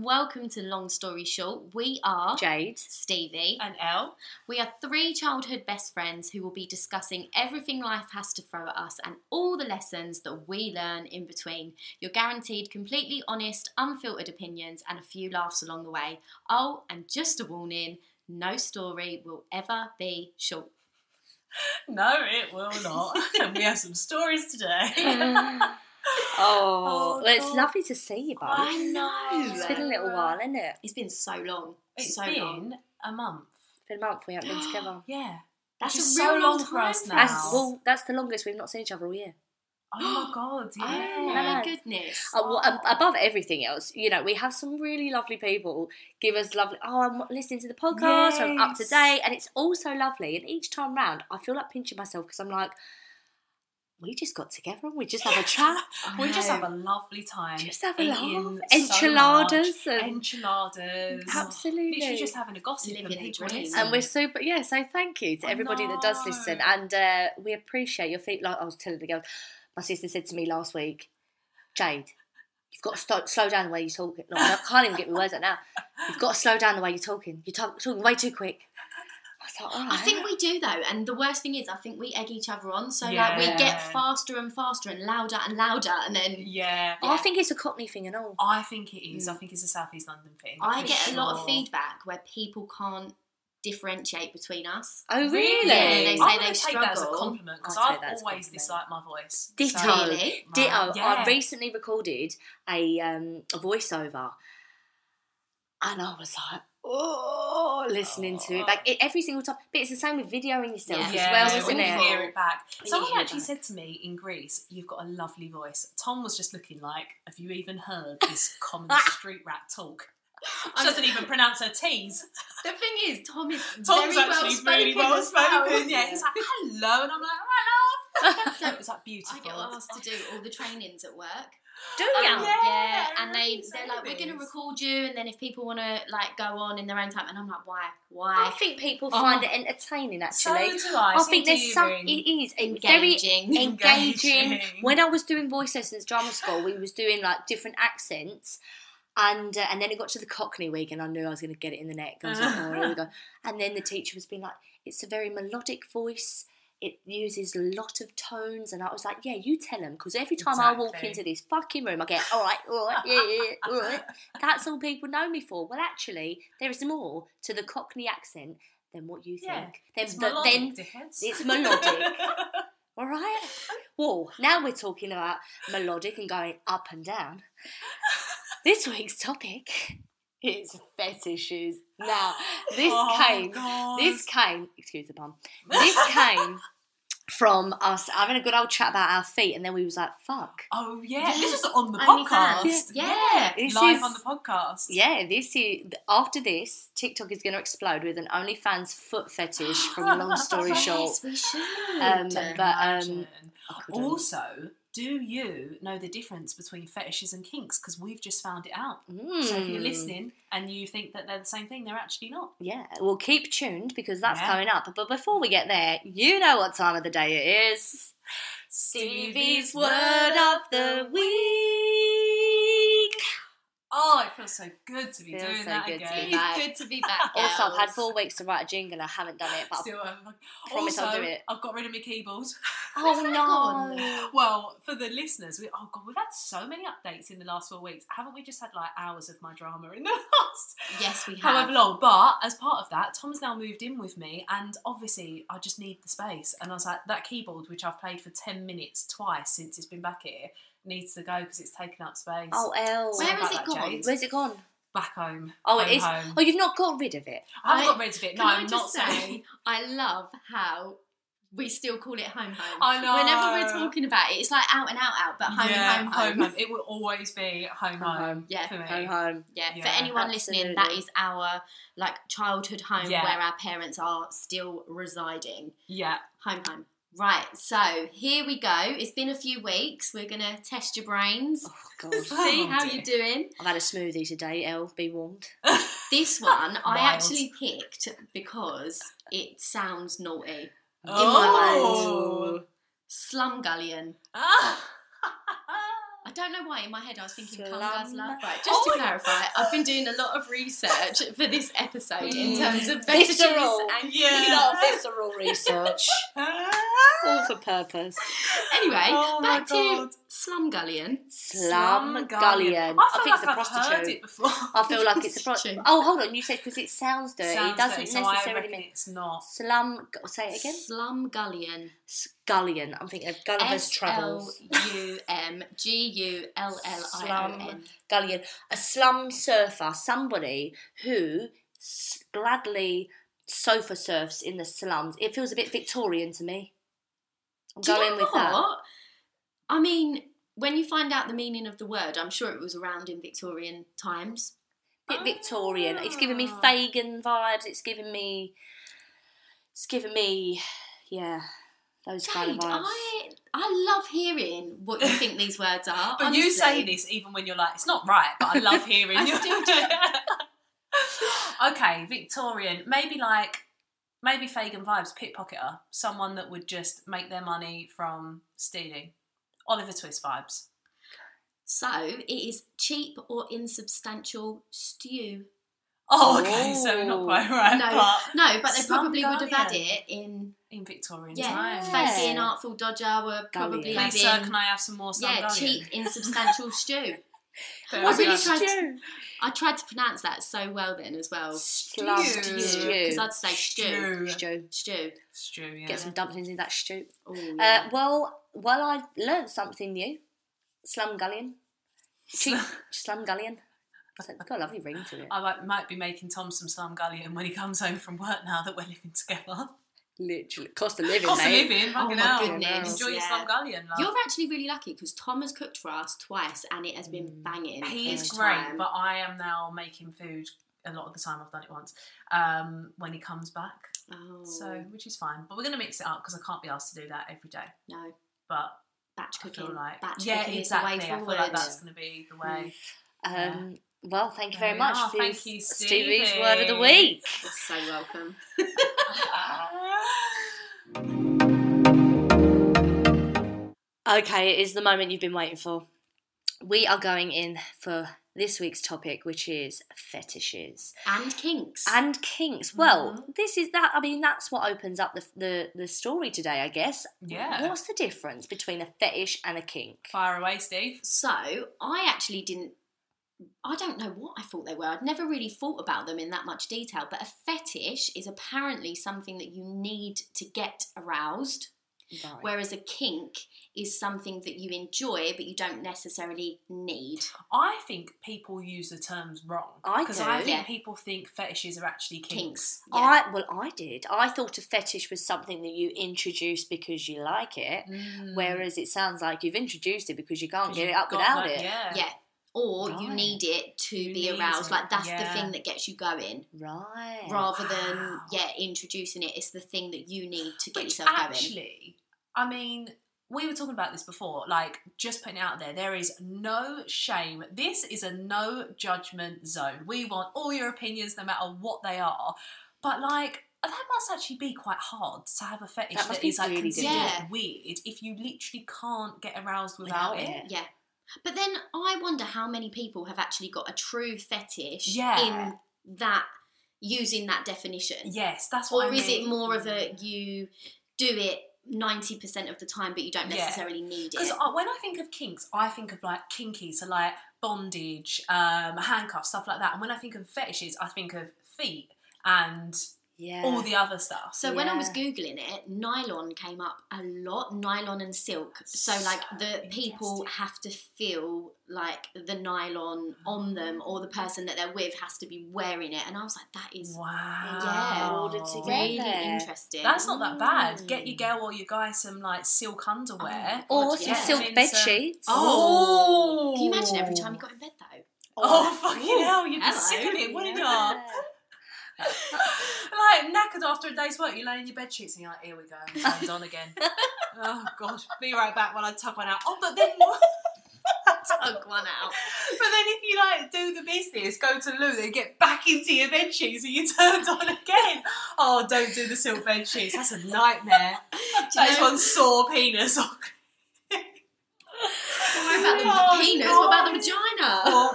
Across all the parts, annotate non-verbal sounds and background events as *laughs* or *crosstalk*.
welcome to Long Story Short. We are Jade. Stevie. And L. We are three childhood best friends who will be discussing everything life has to throw at us and all the lessons that we learn in between. You're guaranteed completely honest, unfiltered opinions and a few laughs along the way. Oh, and just a warning no story will ever be short. No, it will not. *laughs* and we have some stories today. oh, Oh, well, it's God. lovely to see you both. *laughs* I know. It's been a little while, isn't it? It's been so long. It's so been long. a month. It's been a month we haven't been together. *gasps* Yeah. That's Which a is real so long long for time us for now. That's, us. well, that's the longest we've not seen each other all year. Oh *gasps* my god, yeah. Oh Yeah. my goodness. Oh, Uh, well, ab- above everything else, you know, we have some really lovely people give us lovely. Oh, I'm listening to the podcast. I'm up to Yes. date, and it's all so lovely. And each time round, I feel like pinching myself because I'm like, we just got together and we just have a chat, *gasps* We just No. have a lovely time. just have a laugh, eating enchiladas, So much. and enchiladas. absolutely. Literally just having a gossip Living and a people dream. listening. and we're super, yeah. So thank you to Mm. I everybody that does know. listen, and uh, we appreciate your feet. Like I was telling the girls, my sister said to me last week, Jade, you've got to sto- slow down the way you're talking. No, I can't even get my words out now. You've got to slow down the way you're talking. You're talk- talking way too quick. I was like, all right. I think we do though, and the worst thing is, I think we egg each other on. So like, we Yeah. get faster and faster and louder and louder, and then yeah. I think it's a Cockney thing and all. I think it is. I think it's a South East London thing. I for get a lot of sure. feedback where people can't differentiate between us. Oh really? Yeah, they I'm say gonna they take that as a struggle. compliment because I'll I've take that as a always compliment. disliked my voice. Ditto. So- Really? Ditto. Ah, Yeah. I recently recorded a um, a voiceover, and I was like, oh, listening to it back it, every single time. But it's the same with videoing yourself Yeah. as Yeah, well, it's isn't when it? You hear it back. When you Someone hear it actually back. said to me in Greece, "You've got a lovely voice." Tom was just looking like, "Have you even heard *laughs* this common street rat talk?" She doesn't even pronounce her T's. The thing is, Tom is Tom's very actually well really spoken well as well. spoken. Yeah, he's like, "Hello," and I'm like, *laughs* "All right, love." so it's like I beautiful. get asked to do all the trainings at work. Do Um, you? yeah, *laughs* Yeah, and they everybody's they're saying like, we're going to this. record you, and then if people want to like go on in their own time, and I'm like, why, I why? think people Oh. find it entertaining. So Actually, do I. I So think do there's you, some. Ring. It is it's very *laughs* Engaging. engaging. Engaging. When I was doing voice lessons, drama school, we was doing like different accents, and uh, and then it got to the Cockney week, and I knew I was going to get it in the neck. I was like, oh, here *laughs* we go. And then the teacher was being like, it's a very melodic voice. It uses a lot of tones, and I was like, "Yeah, you tell them," because every time I walk Exactly. into this fucking room, I get, "All right, all right, yeah, yeah, all *laughs* right." That's all people know me for. Well, actually, there is more to the Cockney accent than what you think. Yeah, Then- It's but melodic, then dickheads. *laughs* it's melodic. all right. Well, now we're talking about melodic and going up and down. This week's topic is fetishes. Now, this Oh, came, God. this came, excuse the pun, this came from us having a good old chat about our feet, and then we was like, fuck. *laughs* Oh yeah, *laughs* Yeah. this is on the Only podcast. fans. Yeah. This live is- on the podcast. Yeah, this is after this, TikTok is going to explode with an OnlyFans foot fetish from Long *laughs* Story yes, Short. we should. Um, but- Imagine. I couldn't. also, do you know the difference between fetishes and kinks? Because we've just found it out. So if you're Mm. listening and you think that they're the same thing, they're actually not. Yeah, well, keep tuned because that's Yeah. coming up. But before we get there, you know what time of the day it is. Stevie's word of the week. Oh, it feels so good to be Feels doing so that good to again. be back. It's good to be back. Girls. *laughs* Also, I've had four weeks to write a jingle. I haven't done *laughs* it, but *gasps* Still, um, promise also, I'll do it. I've got rid of my keyboards. oh Where's that no, *laughs* Well, for the listeners, we oh god, we've had so many updates in the last four weeks. Haven't we just had like hours of my drama in the *laughs* last Yes, we have. however long? But as part of that, Tom's now moved in with me, and obviously, I just need the space. And I was like, that keyboard, which I've played for ten minutes twice since it's been back here, needs to go because it's taken up space. oh L, Where Sorry is about it that, gone? Jade. where's it gone? Back home. Oh, it Home, is. home. Oh, you've not got rid of it. I haven't I- got rid of it. Can No, I am not just saying. say, I love how we still call it home home. I know. *laughs* Whenever we're talking about it, it's like out and out out, but home yeah, home home. It will always be home, Home, home. home. Yeah, for me. Home, home. Yeah, for Yeah, anyone listening, that absolutely. is our like childhood home Yeah. where our parents are still residing. *laughs* Yeah. Home home. Right, so here we go. It's been a few weeks. We're gonna test your brains, Oh God, see Oh, how dear. you're doing. I've had a smoothie today. L, be warned. This one I Wild. actually picked because it sounds naughty. In my mind. Oh. Slumgullion. Ah. I don't know why in my head I was thinking Slum. Punga's Love. Right, just to clarify, I've been doing a lot of research for this episode in Mm. Hmm. terms of fetishes Visceral. and Yeah. You lot of *laughs* visceral research. All for purpose. Anyway, Oh my back God. to Slumgullion. Slumgullion. Slumgullion. I I feel think it's a like I've heard prostitute. it before. I feel like it's a True. prostitute. Oh, hold on. You said because it sounds dirty. Sounds it doesn't dirty, so I necessarily reckon mean it's not. slum. Say it again. Slumgullion. Scullion. I'm thinking of Gulliver's S L Travels. U M G U L L I O N. Slum Gullion. A slum surfer, somebody who s- gladly sofa surfs in the slums. It feels a bit Victorian to me. I'm Do you going know with that. what? I mean, when you find out the meaning of the word, I'm sure it was around in Victorian times. bit Victorian. It's giving me Ah. Fagin vibes. It's giving me. It's giving me, yeah, those kind Jade, of vibes. I I love hearing what you think these words are. *laughs* But you say honestly. this even when you're like, it's not right, but I love hearing I you. still do. *laughs* okay, Victorian. Maybe like, maybe Fagin vibes, pickpocketer. Someone that would just make their money from stealing. Oliver Twist vibes. So it is cheap or insubstantial stew. Oh, okay, so not quite right, No, but no, but they probably would have had Slumgullion. it in in Victorian yeah. times. Fag- Fancy and artful dodger were probably Gullion. Please, sir, having can I have some more yeah Slumgullion? cheap *laughs* insubstantial stew. Fair I really enough. tried to- I tried to pronounce that so well then as well. Slum Stew. Because I'd say stew. Stew. Stew. Stew. Stew, yeah. Get some dumplings in that stew. Oh, Uh, yeah. well, well, I learned something new. Slumgullion. Cheap Slumgullion. It's like, got a lovely ring *laughs* to it. I might, might be making Tom some slumgullion when he comes home from work now that we're living together. Literally, cost of living, Cost of mate. living, fucking Oh my hell. goodness, Enjoy your yeah. slumgullion, love. You're actually really lucky because Tom has cooked for us twice and it has been Mm. banging. He is each great, time. but I am now making food a lot of the time. I've done it once um, when he comes back, Oh, so which is fine. But we're going to mix it up because I can't be asked to do that every day. no. But Batch I feel cooking. like Batch yeah, cooking exactly. is the way I feel forward. like that's going to be *laughs* the way. *laughs* Um, well, thank you very There we much are. for Thank you, Stevie's Stevie. word of the week. You're so welcome. Okay, it is the moment you've been waiting for. We are going in for this week's topic, which is fetishes. And kinks. and kinks. Well, Mhm. this is that. I mean, that's what opens up the the, the story today, I guess. yeah, What's the difference between a fetish and a kink? fire away, Steve. so I actually didn't. I don't know what I thought they were. I'd never really thought about them in that much detail, but a fetish is apparently something that you need to get aroused. Whereas a kink is something that you enjoy but you don't necessarily need. I think people use the terms wrong. I Because I do. think Yeah. people think fetishes are actually kinks. Kinks. Yeah. I well, I did. I thought a fetish was something that you introduce because you like it, Mm. whereas it sounds like you've introduced it because you can't 'Cause get it you've up got without it. that- Yeah. Yeah. Or you Right. need it to You be need aroused. it, Like that's yeah. the thing that gets you going. Right. Rather than Wow. yeah, introducing it, it's the thing that you need to get Which yourself going. actually, I mean, we were talking about this before. Like, just putting it out there, there is no shame. This is a no judgment zone. We want all your opinions, no matter what they are. But like. That must actually be quite hard to have a fetish That must that be is like really considered difficult. weird if you literally can't get aroused without, Without it. it. Yeah. But then I wonder how many people have actually got a true fetish Yeah. in that using that definition. Yes, that's what Or I is it mean. more of a you do it ninety percent of the time but you don't Yeah. necessarily need Because it? when I think of kinks, I think of like kinky, so like bondage, um, handcuffs, stuff like that. And when I think of fetishes, I think of feet and yeah. all the other stuff. So when I was Yeah. googling it, nylon came up a lot. Nylon and silk. So like So the people interesting. have to feel like the nylon on them, or the person that they're with has to be wearing it. And I was like, that is wow, Yeah. Ordered to get- really Yeah. interesting. That's not that bad. Mm. Get your girl or your guy some like silk underwear. Oh, or God, some yeah. silk Some- bed sheets. Oh. Can you imagine every time you got in bed though? Oh, *laughs* fucking hell! You'd be hello. sick of it, wouldn't you? Yeah. like knackered after a day's work, you lay in your bed sheets and you're like, here we go, I'm turned *laughs* on again. oh gosh, be right back when I tug one out. Oh, but then, *laughs* but Tug one *laughs* out. then if you like do the business, go to loo, then get back into your bed sheets and you turned on again. Oh, don't do the silk bed sheets. That's a *laughs* nightmare. Do you That is know- one sore penis. worry about the *laughs* Oh, penis. God. What about the vagina? Or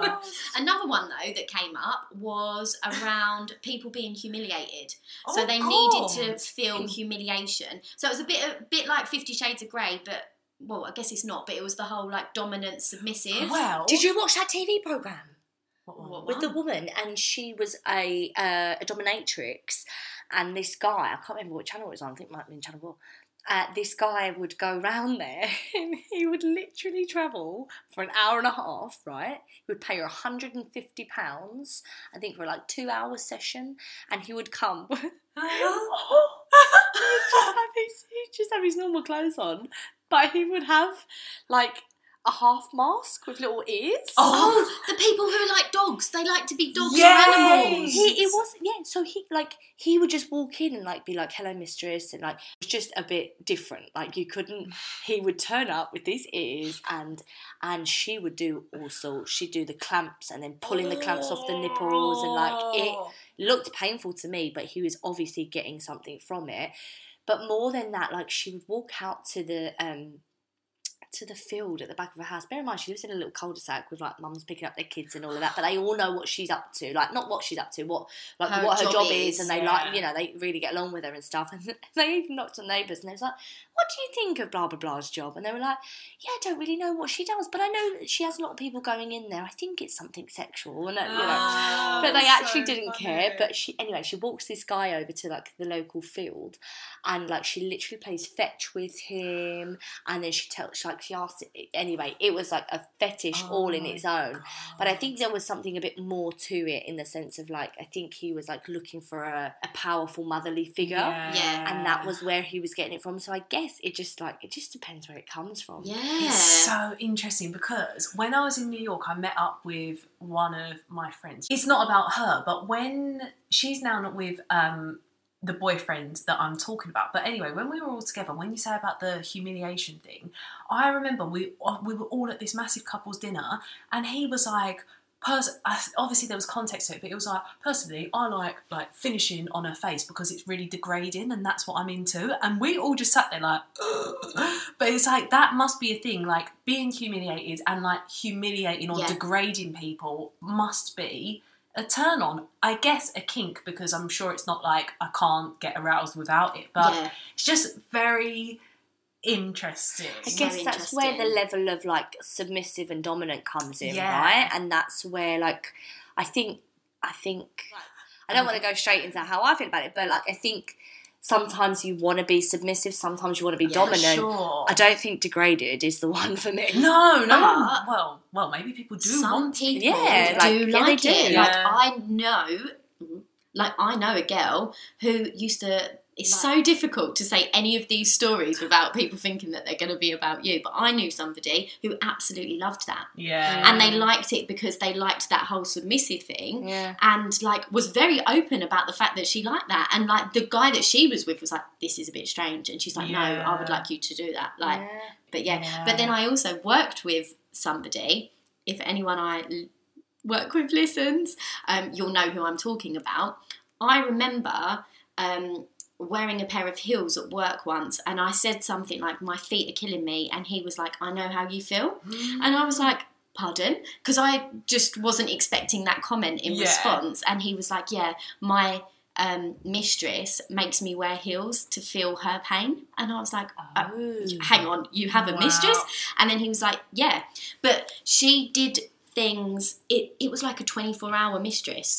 *laughs* vagina. Another one though that came up was around people being humiliated. so Oh, they God. needed to film humiliation. So it was a bit a bit like Fifty Shades of Grey, but well, I guess it's not. But it was the whole like dominant submissive. Well, *laughs* Did you watch that TV program? What one? What with the Wow. woman, and she was a uh, a dominatrix, and this guy I can't remember what channel it was on. I think it might have been Channel Four. Uh, this guy would go round there, *laughs* and he would literally travel for an hour and a half. Right, he would pay her 150 pounds, I think, for like two hour session, and he would come. *gasps* *laughs* *laughs* just have his, he'd just have his normal clothes on, but he would have like a half mask with little ears. Oh, the people who are like dogs. They like to be dogs Yes. or animals. He, it was yeah. So he like he would just walk in and like be like, "Hello, mistress," and like it was just a bit different. Like you couldn't. He would turn up with these ears and and she would do also. She'd do the clamps and then pulling the clamps off the nipples and like it looked painful to me. But he was obviously getting something from it. But more than that, like she would walk out to the um to the field at the back of her house. Bear in mind, she lives in a little cul-de-sac with like mums picking up their kids and all of that. But they all know what she's up to, like not what she's up to, what like Her what her job job is, is, and they yeah. like you know they really get along with her and stuff. *laughs* And they even knocked on neighbours and they was like, "What do you think of blah blah blah's job?" And they were like, "Yeah, I don't really know what she does, but I know that she has a lot of people going in there. I think it's something sexual." And uh, you know, Oh, but they so actually didn't care. funny. But she anyway, she walks this guy over to like the local field, and like she literally plays fetch with him, and then she tells she, like she asks. Anyway, it was like a fetish Oh all in my its own. But I think there was something a bit more to it in the sense of like I think he was like looking for a, a powerful motherly figure. Yeah. And that was where he was getting it from. So I guess it just like it just depends where it comes from. Yeah. It's so interesting because when I was in New York, I met up with one of my friends. It's not about her, but when she's now not with um, the boyfriend that I'm talking about. But anyway, when we were all together, when you say about the humiliation thing, I remember we we were all at this massive couples dinner, and he was like. Pers- I- obviously there was context to it but it was like personally i like like finishing on her face because it's really degrading and that's what i'm into and we all just sat there like *gasps* but it's like that must be a thing like being humiliated and like humiliating or Yeah. degrading people must be a turn on i guess a kink because i'm sure it's not like i can't get aroused without it but yeah. it's just very interesting I So guess that's where the interesting. level of like submissive and dominant comes in, Yeah. right? And that's where like I think I think I don't want to go straight into how I feel about it, but like I think sometimes you want to be submissive, sometimes you want to be Yeah, dominant. sure I don't think degraded is the *laughs* one for me. no no But- well well maybe people do Ah. Some want people Yeah, like, do yeah, they like do. it. Like Yeah. I know, like I know a girl who used to. It's Like- so difficult to say any of these stories without people thinking that they're going to be about you. But I knew somebody who absolutely loved that, yeah and they liked it because they liked that whole submissive thing. Yeah. and like was very open about the fact that she liked that and like the guy that she was with was like this is a bit strange and she's like no i would Yeah. like you to do that like yeah. but yeah. but *gasps* then i also worked with somebody if anyone i l- work with listens um, you'll know who i'm talking about i remember um, wearing a pair of heels at work once and i said something like my feet are killing me and he was like i know how you feel and I was like, pardon? Because I just wasn't expecting that comment in Yeah. response. And he was like, yeah, my um, mistress makes me wear heels to feel her pain. And I was like, uh, hang on, you have a Wow. mistress? And then he was like, yeah. But she did things, it, it was like a 24 hour mistress.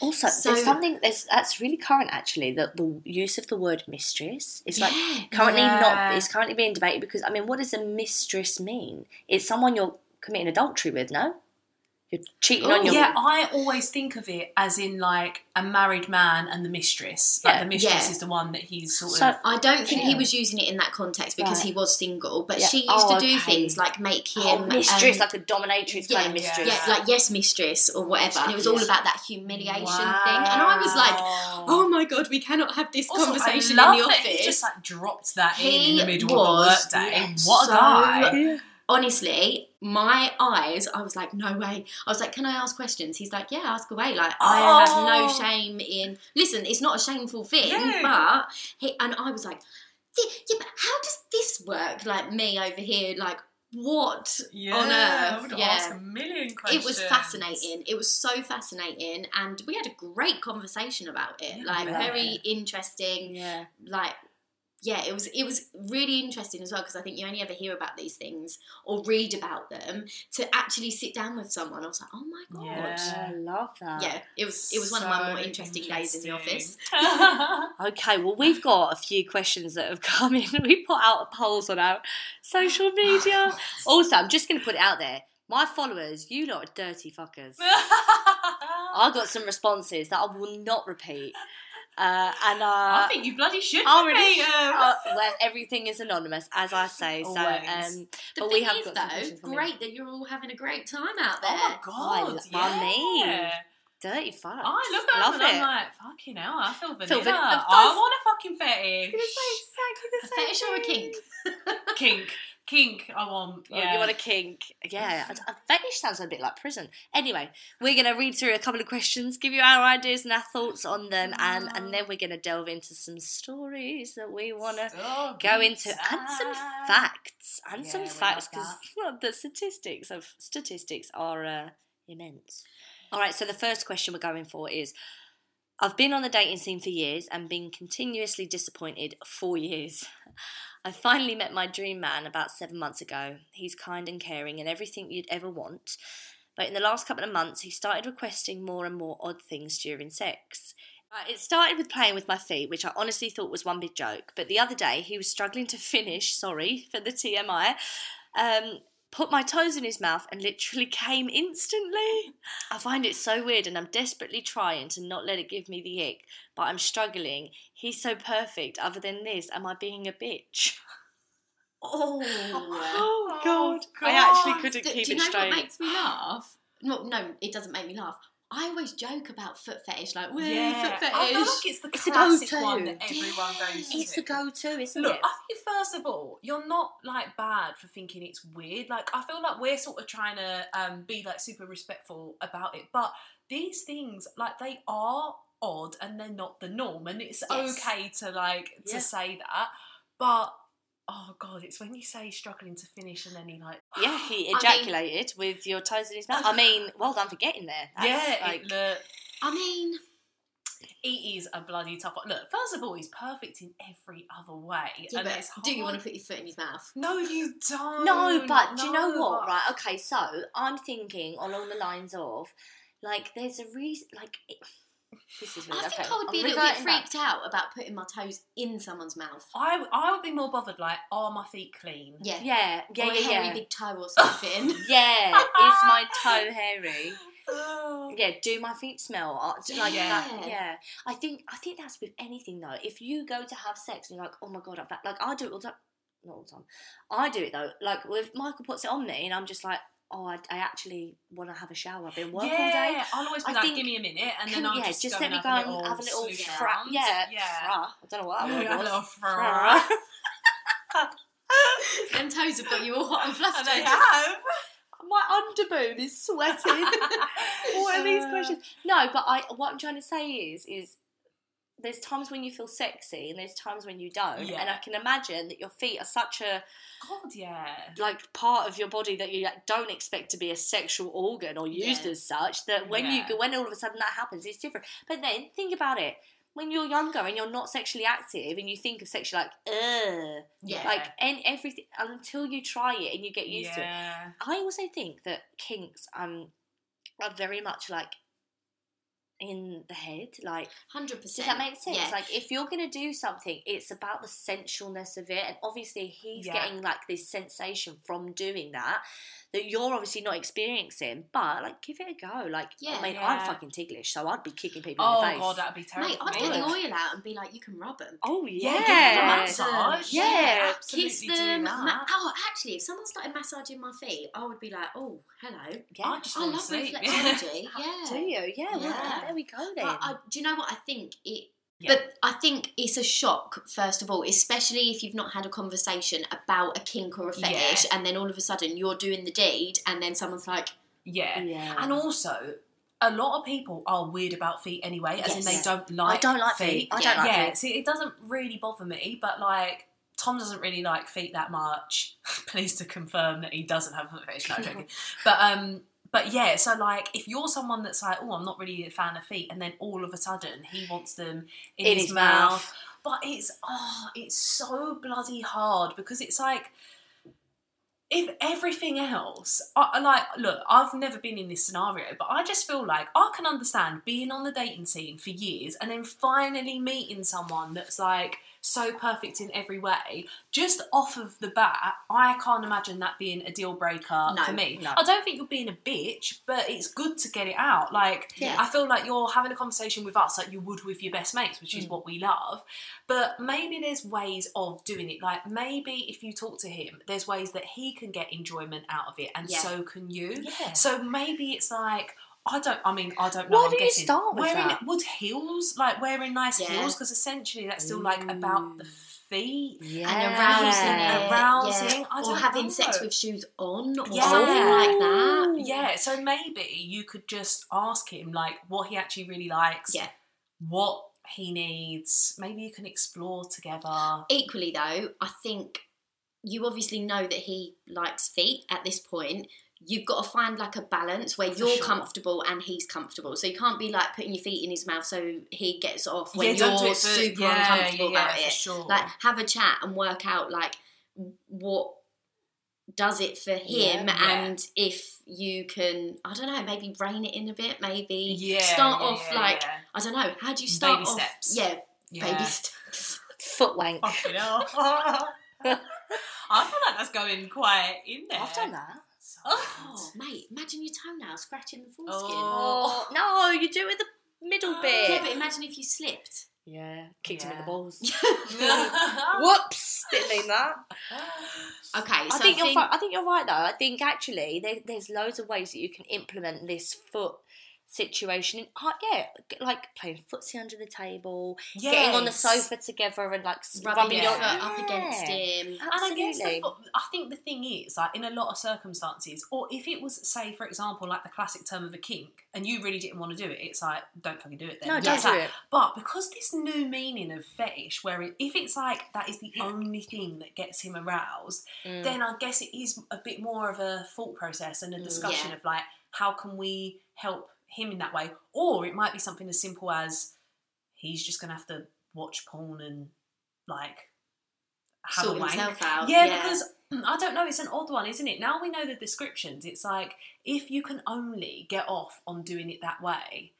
Also, So- there's something there's, that's really current actually. That the use of the word mistress is *gasps* like Yeah. currently Yeah. not. It's currently being debated because I mean, what does a mistress mean? It's someone you're committing adultery with. No, you're cheating Ooh. on your. yeah, I always think of it as in like a married man and the mistress. Like Yeah. the mistress Yeah. is the one that he's sort So- of. I don't think he Yeah. was using it in that context because Right. he was single, but Yeah. she used Oh, to do okay. things like make him Oh, mistress, um, like a dominatrix kind of mistress. Yeah, like yes, mistress or whatever. And it was all about that humiliation thing. And I was like, oh my god, we cannot have this Also, I conversation in love the that He office. just like dropped that in in He the middle was, of the workday. yeah, What a so- guy! Honestly, my eyes, I was like, no way. I was like, can I ask questions? He's like, yeah, ask away. Like, I have no Oh. shame in. Listen, it's not a shameful thing, Yeah. but he and I was like, "Thi- yeah, but how does this work? Like me over here, like what Yeah, on I earth, would yeah. ask a million questions. it was fascinating it was so fascinating and we had a great conversation about it Yeah, like yeah. very interesting Yeah. like yeah it was it was really interesting as well because i think you only ever hear about these things or read about them to actually sit down with someone i was like oh my god Yeah. I love that. yeah it was it was one of my So more interesting, days in the office *laughs* interesting. *laughs* Okay, well, we've got a few questions that have *laughs* come in. We put out polls on our *gasps* social media. also, I'm just going to put it out there. My followers, you lot are dirty fuckers. I got some responses that I will not repeat. Uh, and uh, I think you bloody should I be. already- um, uh, well, everything is anonymous, as I say. So, Always. um, the thing But we have is got some though questions coming. great that you're all having a great time out there Oh my Oh, god! my yeah. name. dirty fucks. I look at Love them and it. I'm like, fucking hell, I feel vanilla. Feel vanilla. Of I course. want a fucking fetish. a fetish or a kink Kink. Kink, I want. Oh, yeah. You want a kink? Yeah, a, a fetish sounds a bit like prison. Anyway, we're gonna read through a couple of questions, give you our ideas and our thoughts on them, um, Ah. and then we're gonna delve into some stories that we wanna Oh, go good into and some time. facts and Yeah, some we facts love because the statistics of statistics are uh, immense. All right, so the first question we're going for is. I've been on the dating scene for years and been continuously disappointed for years. *laughs* I finally met my dream man about seven months ago. He's kind and caring and everything you'd ever want. But in the last couple of months, he started requesting more and more odd things during sex. Uh, It started with playing with my feet, which I honestly thought was one big joke. But the other day, he was struggling to finish, sorry *laughs* for the TMI, um, put my toes in his mouth and literally *laughs* came instantly. I find it so weird and I'm desperately trying to not let it give me the ick, but I'm struggling. He's so perfect. Other than this, am I being a bitch? *laughs* oh Oh, God. I actually God. couldn't do, keep do you it know straight. what makes me laugh *gasps* no no it doesn't make me laugh I always joke about foot fetish, like, woo, foot fetish. I feel like it's the It's a classic go-to. one that everyone Yeah. goes to. It's the go-to, isn't Look, it? I think first of all, you're not like bad for thinking it's weird. Like I feel like we're sort of trying to um, be like super respectful about it, but these things like they are odd and they're not the norm, and it's Yes. okay to like to Yeah. say that, but. Oh god! It's when you say he's struggling to finish, and then he like Yeah, *gasps* he mean- ejaculated with your toes in his mouth. I mean, well done for getting there. That's yeah, like, it, look, I mean, *laughs* it is a bloody tough one. Look, first of all, he's perfect in every other way, yeah, and but it's do you want hard- to put your foot in his *laughs* mouth? No, you don't. Um, No, but do you know No, what? but- Right, okay, so I'm thinking along the lines of like there's a reason like it, this is weird. I think okay, I would be I'm a little bit reverting back. freaked out about putting my toes in someone's mouth. *laughs* I, I would be more bothered like, are my feet clean? Yeah, Yeah, yeah, or a yeah, hairy yeah. big toe *laughs* or something. *laughs* Yeah, is my toe hairy? Oh. Yeah, do my feet smell Uh, d- like Yeah. that? Yeah, I think I think that's with anything though. If you go to have sex and you're like, oh my god, I'm fat. Like I do it all the time. Not all the time. I do it though. Like if Michael puts it on me, and I'm just like, oh, I, I actually want to have a shower. I've been working all day. Yeah, I'll always be I like, think- give me a minute, and Can- then I'll yeah, just, just, go let and me go have a and little have a little sleuth fra- round. yeah, yeah. fra- I don't know what that word Have a was. little fra. Fra. *laughs* *laughs* Them toes have got you all *laughs* hot and And flustered. they have. My underboob is *laughs* sweating. All of these Uh, questions. No, but I what I'm trying to say is is there's times when you feel sexy and there's times when you don't, Yeah. and I can imagine that your feet are such a God, yeah. like part of your body that you like, don't expect to be a sexual organ or used Yeah. as such that when you Yeah. you when all of a sudden that happens it's different but then think about it when you're younger and you're not sexually active and you think of sex you're like ugh Yeah. like and everything until you try it and you get used to it yeah. i also think that kinks um are very much like in the head like 100%. does that make sense? Yeah. Like, if you're going to do something, it's about the sensualness of it. And obviously, he's Yeah. getting like this sensation from doing that that you're obviously not experiencing. But like, give it a go. Like, Yeah. I mean, Yeah. I'm fucking ticklish, so I'd be kicking people Oh, in the face. God, that'd be Mate, terrible. I'd get the Would. oil out and be like, you can rub *laughs* them. oh Yeah, yeah, give them a Rub massage. them. Yeah, absolutely Kiss do them. that. Ma- oh, actually, if someone started massaging my feet, I would be like, oh, hello. yeah. I just I want to love sleep. *laughs* reflexology. Do yeah. you? Yeah, Yeah. Well, there we go then. But I, do you know what I think? It. Yeah. But I think it's a shock, first of all, especially if you've not had a conversation about a kink or a Yeah. fetish, and then all of a sudden you're doing the deed, and then someone's like, yeah. yeah. And also, a lot of people are weird about feet anyway, as in Yes. they don't like I don't like feet. I don't Yeah. like yeah, feet. see, it doesn't really bother me, but like, Tom doesn't really like feet that much. *laughs* Pleased to confirm that he doesn't have a fetish. No, I'm *laughs* joking. but um, but yeah. So like, if you're someone that's like, oh, I'm not really a fan of feet, and then all of a sudden he wants them in, his, mouth. But it's oh, it's so bloody hard because it's like. If everything else, I, I like, look, I've never been in this scenario, but I just feel like I can understand being on the dating scene for years and then finally meeting someone that's like so perfect in every way. Just off of the bat, I can't imagine that being a deal breaker No, for me. no. I don't think you're being a bitch, but it's good to get it out. Like, Yeah. I feel like you're having a conversation with us like you would with your best mates, which is Mm. what we love. But maybe there's ways of doing it. Like, maybe if you talk to him, there's ways that he can get enjoyment out of it, and Yeah. so can you. Yeah. So maybe it's like I don't. I mean, I don't know. Why I'm don't you guessing. start with wearing that? wood heels, like wearing nice Yeah. heels, because essentially that's still like about the Mm. feet. Yeah. and arousing Yeah. it. Arousing, yeah. I or don't having know. sex with shoes on or Yeah. something like that. Yeah. So maybe you could just ask him like what he actually really likes. Yeah. What he needs. Maybe you can explore together. Equally, though, I think you obviously know that he likes feet at this point. You've got to find like a balance where For you're sure. comfortable and he's comfortable. So you can't be like putting your feet in his mouth so he gets off when Yeah, don't do you're it for- super yeah, uncomfortable yeah, yeah, about for it. Sure. Like have a chat and work out like what does it for him Yeah. and if you can I don't know, maybe rein it in a bit, maybe yeah, start yeah, off yeah, like yeah. I don't know, how do you start Baby off? steps. Yeah, yeah. baby *laughs* steps. Foot wank. Fucking hell. *laughs* I feel like that's going quite in there. I've done that. Oh, Oh. mate, imagine your toenail scratching the foreskin. Oh. no, you do it with the middle *gasps* bit. Yeah, but imagine if you slipped. Yeah, kicked him in Yeah. the *laughs* balls. *laughs* okay, Whoops! Didn't mean that. Okay, so I think you're. Fi- I think you're right though. I think actually there, there's loads of ways that you can implement this foot situation. In, uh, yeah, like playing footsie under the table, getting on the sofa together, and like s- rubbing, your Yeah. foot up against him. And I guess the Absolutely. foot, I think the thing is, like in a lot of circumstances, or if it was, say, for example, like the classic term of a kink, and you really didn't want to do it, it's like don't fucking do it. Then No, It's don't do like- it. But because this new meaning of fetish, where it, if it's like that is the only thing that gets him aroused, Mm. then I guess it is a bit more of a thought process and a Mm. discussion Yeah. of like how can we help him in that way, or it might be something as simple as he's just gonna have to watch porn and like have Sort a wank. himself out. Yeah, because mm, I don't know, it's an odd one, isn't it? Now we know the descriptions. It's like if you can only get off on doing it that way,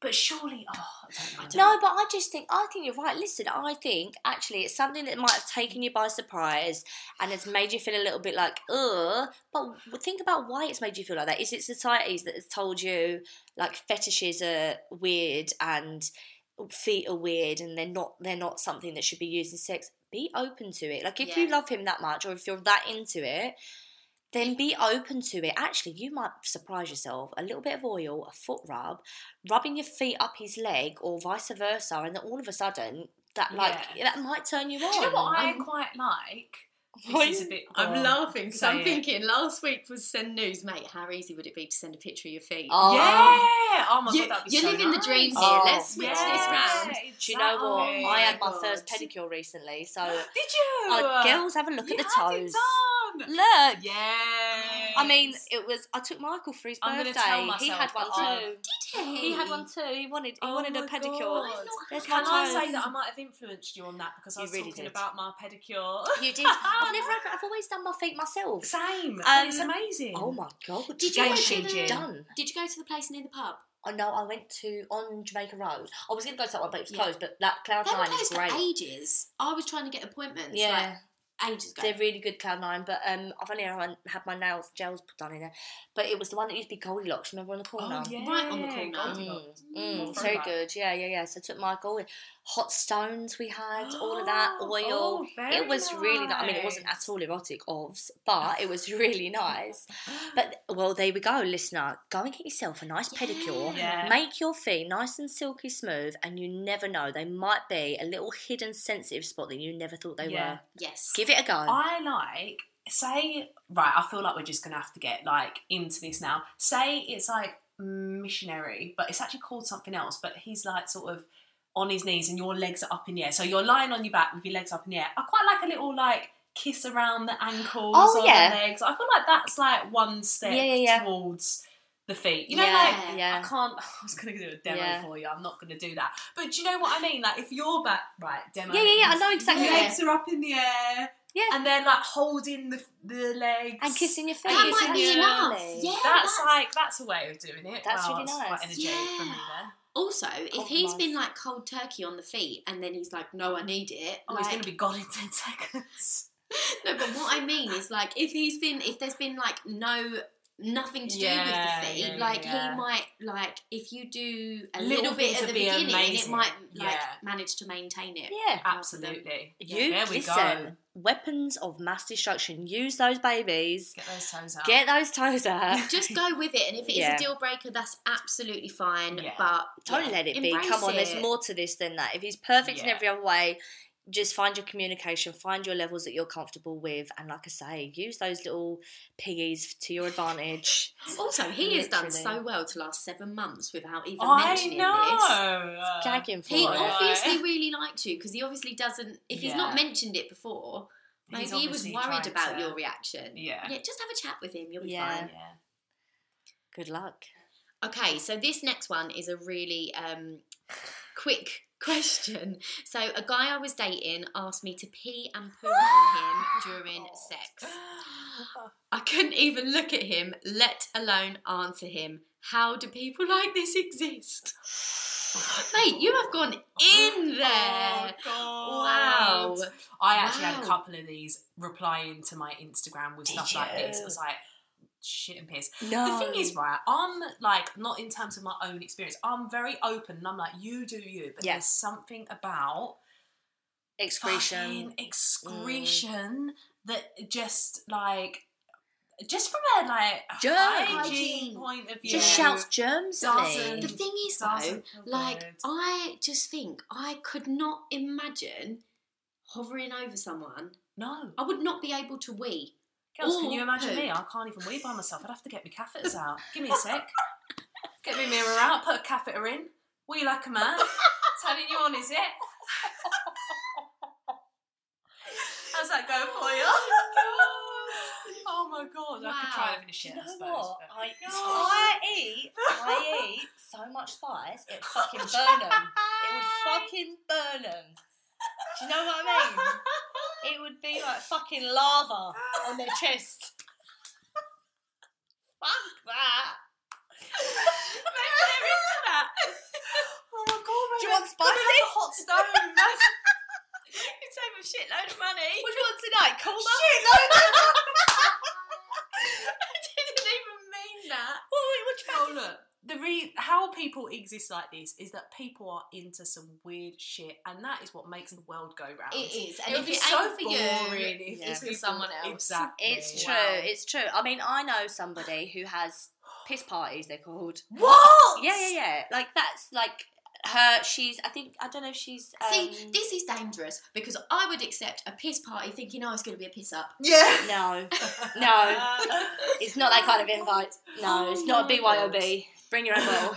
but surely, oh, I don't know. No, but I just think I think you're right. Listen, I think actually it's something that might have taken you by surprise and has made you feel a little bit like ugh. But think about why it's made you feel like that. Is it societies that has told you like fetishes are weird and feet are weird and they're not they're not something that should be used in sex? Be open to it. Like if you Yeah. love him that much or if you're that into it. Then be open to it. Actually, you might surprise yourself. A little bit of oil, a foot rub, rubbing your feet up his leg or vice versa, and then all of a sudden that like that might turn you on. Do you know what I Um, quite like? Why- This is a bit. I'm oh. laughing because I'm Say it. thinking last week was send news, mate. How easy would it be to send a picture of your feet? Oh. yeah! Oh my you, god, that'd be you're so living nice. the dream here. Oh, Let's switch this yeah. round. Do you know what? Oh I had my my first God. pedicure recently, so Did you? uh, girls have a look you at the had it toes. done. Look, Yeah. I mean, it was. I took Michael for his I'm gonna birthday. tell he had myself one that too. he? He had one too. He wanted. He Oh wanted a my pedicure. God. There's my Can I toes. say that I might have influenced you on that because I You was really talking did. about my pedicure? You did. *laughs* I've never. had- I've always done my feet myself. Same. Um, and it's amazing. Oh my god! Did you game go to changing. the- Done. Did you go to the place near the pub? Oh no, I went to on Jamaica Road. I was going to go to that one, but it was Yeah. closed. But that Cloud They were Nine is closed for great. ages. I was trying to get appointments. Yeah, like, ages ago. they're really good Cloud Nine. But um, I've only had had my nails gels put done in there. But it was the one that used to be Goldilocks. Remember on the corner? Oh, yeah. Right on the corner. Goldilocks. Mm, mm, very Mm, throwback. good. Yeah, yeah, yeah. So I took Michael. Hot stones we had, all of that *gasps* Oh, oil. oh, very it was really. Nice. I mean, it wasn't at nice. all erotic, ovs, but it was really nice. *gasps* But well, there we go, listener. Go and get yourself a nice pedicure. Yeah. Make your feet nice and silky smooth, and you never know, they might be a little hidden sensitive spot that you never thought they Yeah. were. Yes. Give it a go. I like say right. I feel like we're just gonna have to get like into this now. Say it's like missionary, but it's actually called something else. But he's like sort of on his knees and your legs are up in the air. So you're lying on your back with your legs up in the air. I quite like a little like kiss around the ankles Oh, or yeah. the legs. I feel like that's like one step Yeah, yeah, yeah. towards the feet. You know, Yeah. like I yeah. can't. *sighs* I was gonna do a demo Yeah. for you. I'm not gonna do that. But do you know what I mean? Like if you're back, right? Demo. Yeah, yeah, yeah. I know Your exactly. Yeah. legs are up in the air. Yeah. And then like holding the the legs And kissing your face. That It's might be really- enough. Yeah, That's, like that's a way of doing it. That's Wow, really Quite nice. energetic from you Yeah. there. Also, if he's Compromise. been like cold turkey on the feet and then he's like, no, I need it. Oh, like, he's gonna be gone in *laughs* ten seconds. *laughs* No, but what I mean is like if he's been if there's been like no nothing to Yeah, do with the yeah, feet, yeah, like yeah. he might like if you do a Little little, bit things at the would be beginning, it amazing. might like Yeah. manage to maintain it. Yeah. Absolutely. You there we listen. go. Weapons of mass destruction. Use those babies. Get those toes out. Get those toes out. *laughs* You Just go with it, and if it is Yeah. a deal breaker, that's absolutely fine. Yeah. But Don't yeah, let it be. embrace Come on, there's it. more to this than that. If he's perfect in Yeah. every other way, just find your communication, find your levels that you're comfortable with, and like I say, use those little piggies to your advantage. Also, he has done Literally. so well to last seven months without even I mentioning this. know. Gagging for He it. *laughs* off- obviously really liked you because he obviously doesn't. If he's Yeah. not mentioned it before, maybe He's he was obviously worried trying about *laughs* to- your reaction. Yeah. Yeah, just have a chat with him. You'll be Yeah. fine. Good luck. Okay, so this next one is a really um, quick *laughs* question. So a guy I was dating asked me to pee and poo *laughs* on him during Oh. sex. I couldn't even look at him, let alone answer him. How do people like this *sighs* exist? Mate, you have gone in there. Oh, Wow. God. I actually had a Wow. couple of these replying to my Instagram with Did stuff like this. you? Oh. It was like shit and piss. No. The thing is, right, I'm like, not in terms of my own experience, I'm very open and I'm like, you do you, but Yeah. there's something about excretion. Mm. fucking excretion that just like, just from a like Germ. hygiene Hygiene. point of view, Just Yeah. shouts germs at Doesn't- me. The thing is, though, doesn't feel like good. I just think I could not imagine hovering over someone. no, I would not be able to wee. girls, can Or Oh, you imagine poop. me? I can't even wee by myself. I'd have to get my catheters *laughs* out. Give me a sec. Get my mirror out. Put a catheter in. Wee like *laughs* a man. Telling you on, is it? How's that going for you? oh my god! I could try Wow. having a shit. Do you I know suppose. what? but- I, Oh God. *laughs* I eat, I eat so much spice, it fucking burn them. It would fucking burn them. Do you know what I mean? It would be like fucking lava on their chest. Fuck that. Oh my god! Do you maybe- want spicy? maybe like a hot *laughs* stone. It's over a shitload of money. What do you want tonight? Coma? didn't even mean that. Oh, look, the re- how people exist like this is that people are into some weird shit, and that is what makes the world go round. It is, and It would if be it so ain't for you, boring if it's for people- someone else. Exactly. It's true, Wow. it's true. I mean, I know somebody who has piss parties, they're called. What? Yeah, yeah, yeah. Like, that's like her, she's, I think, I don't know if she's. Um, See, this is dangerous because I would accept a piss party thinking, oh, it's going to be a piss up. *laughs* Yeah. No, No. *laughs* it's not that kind of invite. No, Oh it's not a my God. BYOB. Bring your own bottle.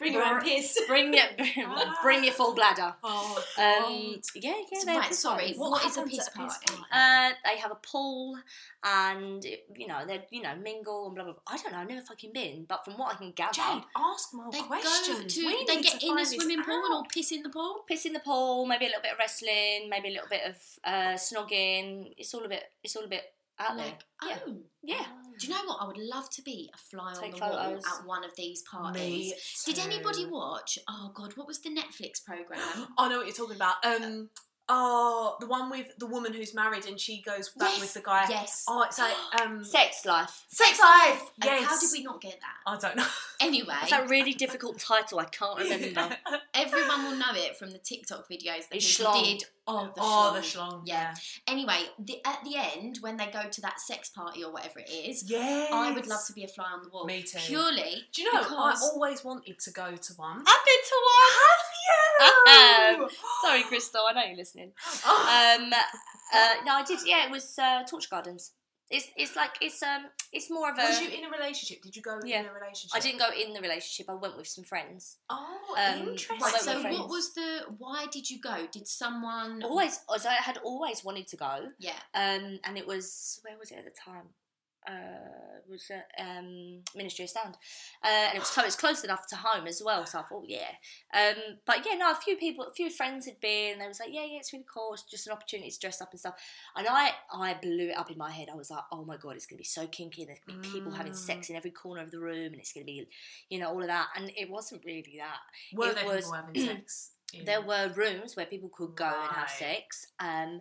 Bring your own piss. bring your *laughs* bring your full bladder. Oh, Um, yeah, yeah. they're right, piss sorry. parties. What, what is a happens piss at a party? piss party? Uh, they have a pool, and you know they you know mingle and blah blah. blah. I don't know. I've never fucking been, but from what I can gather, Jade, ask more Uh, They go questions. to, we they need get to in a find this swimming pool and out. all piss in the pool. piss in the pool, maybe a little bit of wrestling, maybe a little bit of uh, snogging. It's all a bit. It's all a bit out there. Like, Yeah. oh, Yeah. do you know what? I would love to be a fly on Take the photos. wall at one of these parties. Me Did anybody Um, too. watch? Oh God, what was the Netflix program? *gasps* I know what you're talking about. Um, oh, the one with the woman who's married and she goes back Uh, Yes, with the guy. Yes. Oh, *gasps* it's like um, Sex life. Oh, sex life. And Yes. How did we not get that? I don't know. Anyway, That's a really difficult title. I can't *laughs* remember. *laughs* everyone will know it from the TikTok videos that It's people schlong. did. Oh, the oh, the schlong. schlong. Yeah. Anyway, the, at the end when they go to that sex party or whatever it is, Yeah. I would love to be a fly on the wall. Me too. Purely Do you know? because- I always wanted to go to one. I've been to one. Have *gasps* you? *laughs* Oh! Sorry, Uh, Crystal. I know you're listening. Oh, Um, uh, no, I did. Yeah, it was uh, Torch Gardens. It's it's like it's um it's more of a. Was you in a relationship? Did you go Yeah. in a relationship? I didn't go in the relationship. I went with some friends. Oh, Um, interesting. Right, Right, we're so what friends. was the why did you go? Did someone Always, as I had always wanted to go. Yeah. Um, and it was where was it at the time? Uh, it was at, um, Ministry of Sound, uh, and it was close, close enough to home as well. So I thought, yeah. Um, but yeah, no, a few people, a few friends had been, and they was like, yeah, yeah, it's really cool. It's just an opportunity to dress up and stuff. And I, I blew it up in my head. I was like, oh my god, it's gonna be so kinky. and There's gonna be people having Mm. sex in every corner of the room, and it's gonna be, you know, all of that. And it wasn't really that Were it there was- people having *clears throat* sex? in- there were rooms where people could go and have Right. sex um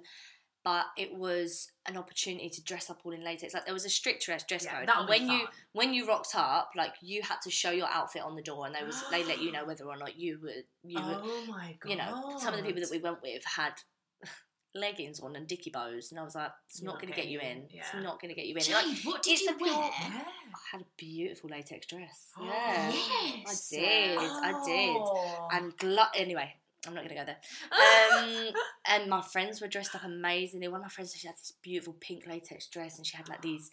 but it was an opportunity to dress up all in latex like there was a strict dress, dress Yeah, code that'll and be when you fun. when you rocked up like you had to show your outfit on the door and they was they let you *gasps* know whether or not you were you were oh my god! you know some of the people that we went with had *laughs* leggings on and dicky bows and i was like it's You're not, not going to get getting you in, in it's yeah. not going to get you in Jade, like, what did it's you a pure- wear? Yeah. i had a beautiful latex dress Oh. *gasps* yeah Yes. I did. I did. Oh. and glu- anyway i'm not going to go there *laughs* um, and my friends were dressed up amazingly. One of my friends, she had this beautiful pink latex dress, and she had like these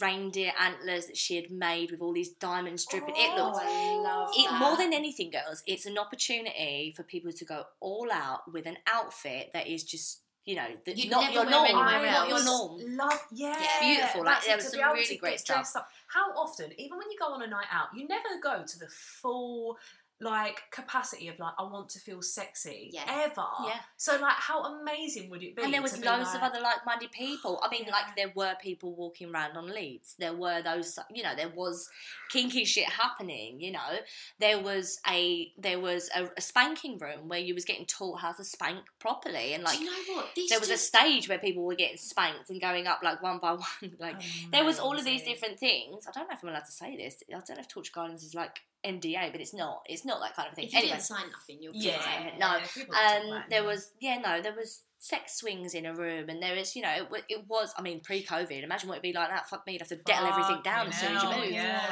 reindeer antlers that she had made with all these diamonds dripping. It Oh, looked. I love It, that. more than anything, girls, it's an opportunity for people to go all out with an outfit that is just, you know, that You'd not never your wear norm, anywhere not else. your was norm. Love, yeah, It's beautiful, like, That's there it, was to be some able really to great get stuff. dressed up. How often, even when you go on a night out, you never go to the full like capacity of like I want to feel sexy Yeah. ever. Yeah. So like, how amazing would it be? And there to was be loads like, of other like-minded people. I *gasps* mean, Yeah. like there were people walking around on leads. There were those, you know, there was kinky shit happening. You know, there was a there was a, a spanking room where you was getting taught how to spank properly, and like Do you know what? This there was a just- stage where people were getting spanked and going up like one by *laughs* one. Like there was all of these Amazing. different things. I don't know if I'm allowed to say this. I don't know if Torture Gardens is like NDA, but it's not. It's not that kind of thing. if you Anyway, didn't sign nothing, you'll be Yeah, no, people talk um, about it. there was yeah no there was sex swings in a room and there is you know it, wa- it was I mean pre-COVID imagine what it'd be like that fuck me you'd have to Fucking detle everything down as soon as you hell, move Yeah.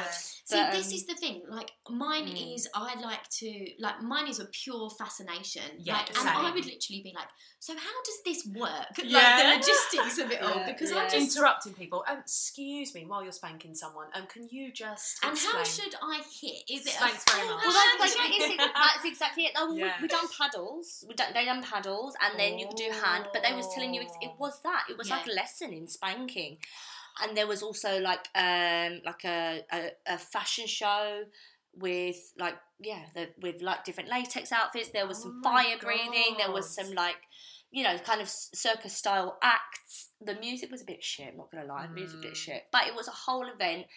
See, But, this um, is the thing. Like mine Mm. is, I like to like mine is a pure fascination. Yeah, like, and I same. would literally be like, so how does this work? Yeah. Like the logistics of it all. Yeah, because yeah. I just interrupting people. Um, excuse me, while you're spanking someone, um, can you just and how explain? should I hit? Is it Thanks a very much. well, that's, like, forehand? *laughs* it's- that's exactly it. No, we, Yeah. we done paddles. We done, they done paddles, and then you could do hand. But they was telling you it, it was that. It was like a lesson in spanking, and there was also like um like a a, a fashion show with like yeah the, with like different latex outfits. There was some Oh my fire breathing. There was God. some like. You know, kind of s- circus style acts. The music was a bit shit. I'm not gonna lie, the music was a bit Mm. shit. But it was a whole event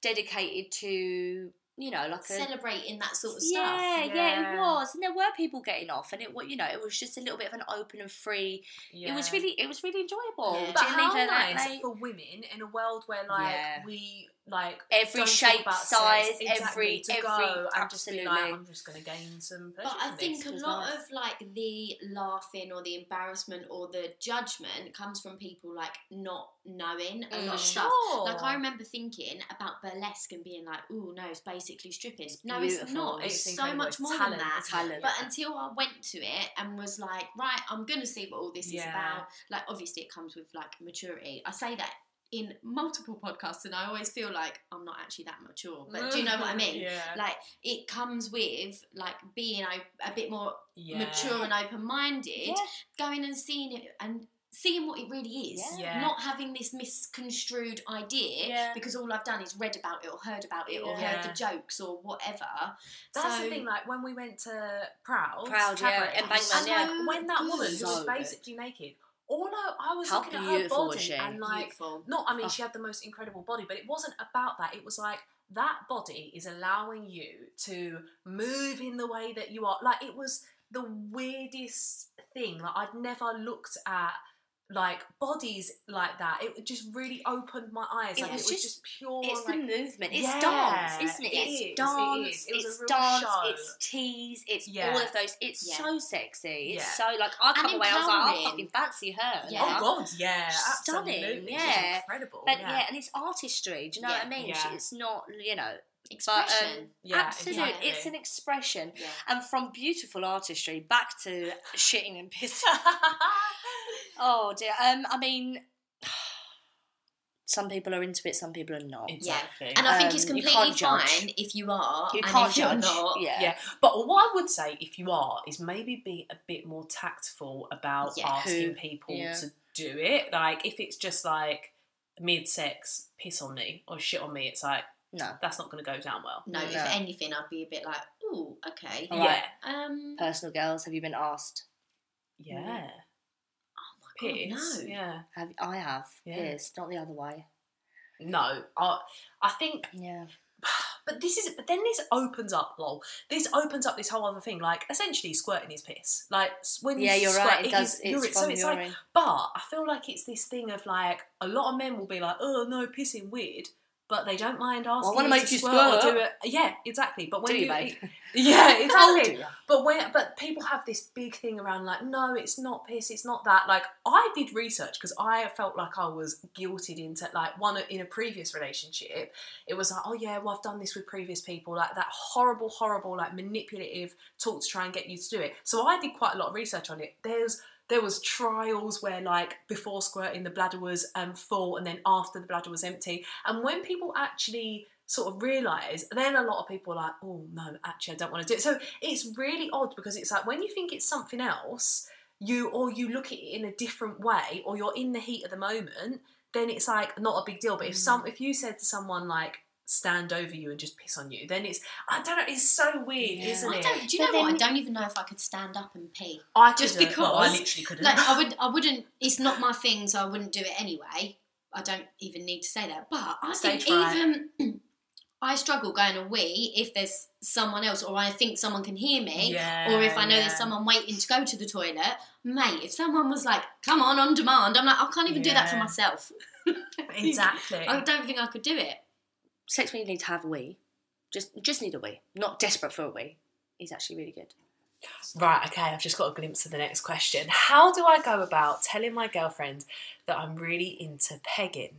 dedicated to you know like a celebrating that sort of stuff. yeah, yeah, Yeah. it was, and there were people getting off, and it wa- you know it was just a little bit of an open and free. It was really, it was really enjoyable. Yeah. Do But you how think that, nice mate? for women in a world where like Yeah. we like Every don't talk shape, about size, sex, exactly, every, to every, go and just be absolutely. like, I'm just going to gain some. Pleasure But I from think this. a was lot nice. of like the laughing or the embarrassment or the judgment comes from people like not knowing a lot Mm. of stuff. sure. Like I remember thinking about burlesque and being like, "Oh no, it's basically stripping." No, it's beautiful. not. It's It's, so incredible. much It's more talent, than that. isn't it? Talent. But until I went to it and was like, "Right, I'm gonna see what all this is Yeah. about." Like, obviously, it comes with like maturity. I say that in multiple podcasts, and I always feel like I'm not actually that mature. But do you know what I *laughs* mean? Yeah. Like, it comes with like being a, a bit more yeah. mature and open-minded. Yeah. Going and seeing it and seeing what it really is. Yeah. Yeah. Not having this misconstrued idea Yeah. because all I've done is read about it or heard about it or Yeah. heard the jokes or whatever. That's so, the thing. Like when we went to Proud, Proud, yeah, Cabaret, Embankment, and, yeah. like when that woman who So was good. basically naked, all I, I was How looking at her beautiful was body she? and like um, beautiful. No, I mean, Oh. she had the most incredible body, but it wasn't about that. It was like, that body is allowing you to move in the way that you are. Like, it was the weirdest thing. Like, I'd never looked at like bodies like that. It just really opened my eyes. It Like, it was was just, just- pure. It's the like, movement. It's Yeah, dance, isn't it? it it's is, it is. dance. It was a it's real dance. show. It's tease. It's Yeah. all of those. It's Yeah. so sexy. It's Yeah. so like I And come away. I was like, I empowering. fucking fancy her. Yeah. now. Oh, God, yeah. Stunning, absolutely. She's yeah. incredible. But yeah. yeah. and it's artistry. Do you know what I mean? Yeah. It's not, you know, um, Expression. Yeah, absolute. exactly. It's an *laughs* expression. yeah. And from beautiful artistry back to shitting and pissing. Oh dear. Um, I mean, some people are into it, some people are not. Exactly. And I think it's Um, you completely can't judge. fine if you are You and can't if judge. you're not. Yeah. Yeah. But what I would say, if you are, is maybe be a bit more tactful about Yeah. asking Who- people yeah. to do it. Like, if it's just like mid sex, piss on me or shit on me, it's like, No. that's not going to go down well. No, No. if anything, I'd be a bit like, ooh, okay. All right. Um, Personal girls, have you been asked? Yeah. Yeah. Oh, God, Piss. oh, no. Yeah. Have I have? Yeah. Yes, not the other way. No. I, I think Yeah. But this is, but then this opens up, lol. This opens up this whole other thing. Like essentially, squirting is piss. Like s- when Yeah, you you're squirt, right. It is does. It's urine. from so it's like, urine. but I feel like it's this thing of like a lot of men will be like, oh no, pissing weird, but they don't mind asking. Well, I wanna you make to you squirt. Or do it. Yeah, exactly. But when Do you, babe? *laughs* *laughs* yeah, Do exactly. you? but when but people have this big thing around like, no, it's not piss, it's not that. Like I did research because I felt like I was guilted into like one in a previous relationship. It was like, oh yeah, well I've done this with previous people, like that horrible, horrible, like manipulative talk to try and get you to do it. So I did quite a lot of research on it. There's there was trials where like before squirting the bladder was um, full and then after the bladder was empty. And when people actually sort of realise, then a lot of people are like, oh no, actually I don't want to do it. So it's really odd because it's like when you think it's something else, you or you look at it in a different way, or you're in the heat of the moment, then it's like not a big deal. But if Mm. some if you said to someone like stand over you and just piss on you, then it's I don't know, it's so weird, Yeah. isn't I it? don't, do you But know what? I then- don't even know if I could stand up and pee. I Just couldn't. because- Well, I literally couldn't. Like *laughs* I would, I wouldn't. It's not my thing, so I wouldn't do it anyway. I don't even need to say that. But I Stage think even *clears throat* I struggle going a wee if there's someone else, or I think someone can hear me, Yeah, or if I know yeah. there's someone waiting to go to the toilet. Mate, if someone was like, "Come on, on demand," I'm like, I can't even do that for Yeah. myself. *laughs* exactly. I don't think I could do it. Sex when you need to have a wee. Just just need a wee. Not desperate for a wee. Is actually really good. Right, okay, I've just got a glimpse of the next question. How do I go about telling my girlfriend that I'm really into pegging?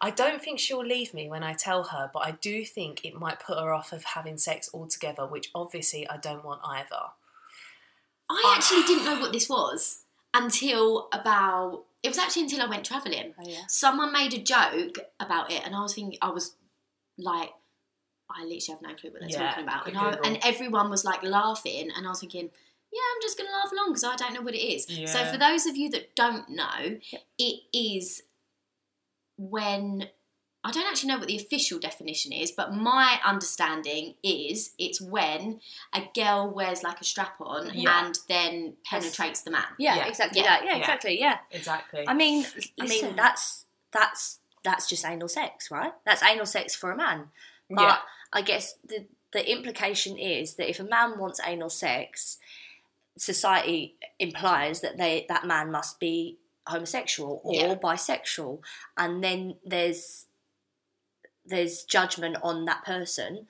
I don't think she'll leave me when I tell her, but I do think it might put her off of having sex altogether, which obviously I don't want either. Ah. I actually didn't know what this was until about. It was actually until I went travelling. Oh yeah. someone made a joke about it, and I was thinking, I was like, I literally have no clue what they're Yeah, talking about. quick And, I, Google. and everyone was like laughing, and I was thinking, yeah, I'm just going to laugh along because I don't know what it is. So, Yeah. for those of you that don't know, it is when I don't actually know what the official definition is, but my understanding is it's when a girl wears like a strap on Yeah. and then penetrates the man. Yeah, Yeah. exactly Yeah. that. Yeah, Yeah. exactly. Yeah. Exactly. I mean, I Listen. mean that's that's that's just anal sex, right? That's anal sex for a man. But yeah. I guess the the implication is that if a man wants anal sex, society implies that they that man must be homosexual or Yeah. bisexual, and then there's there's judgment on that person,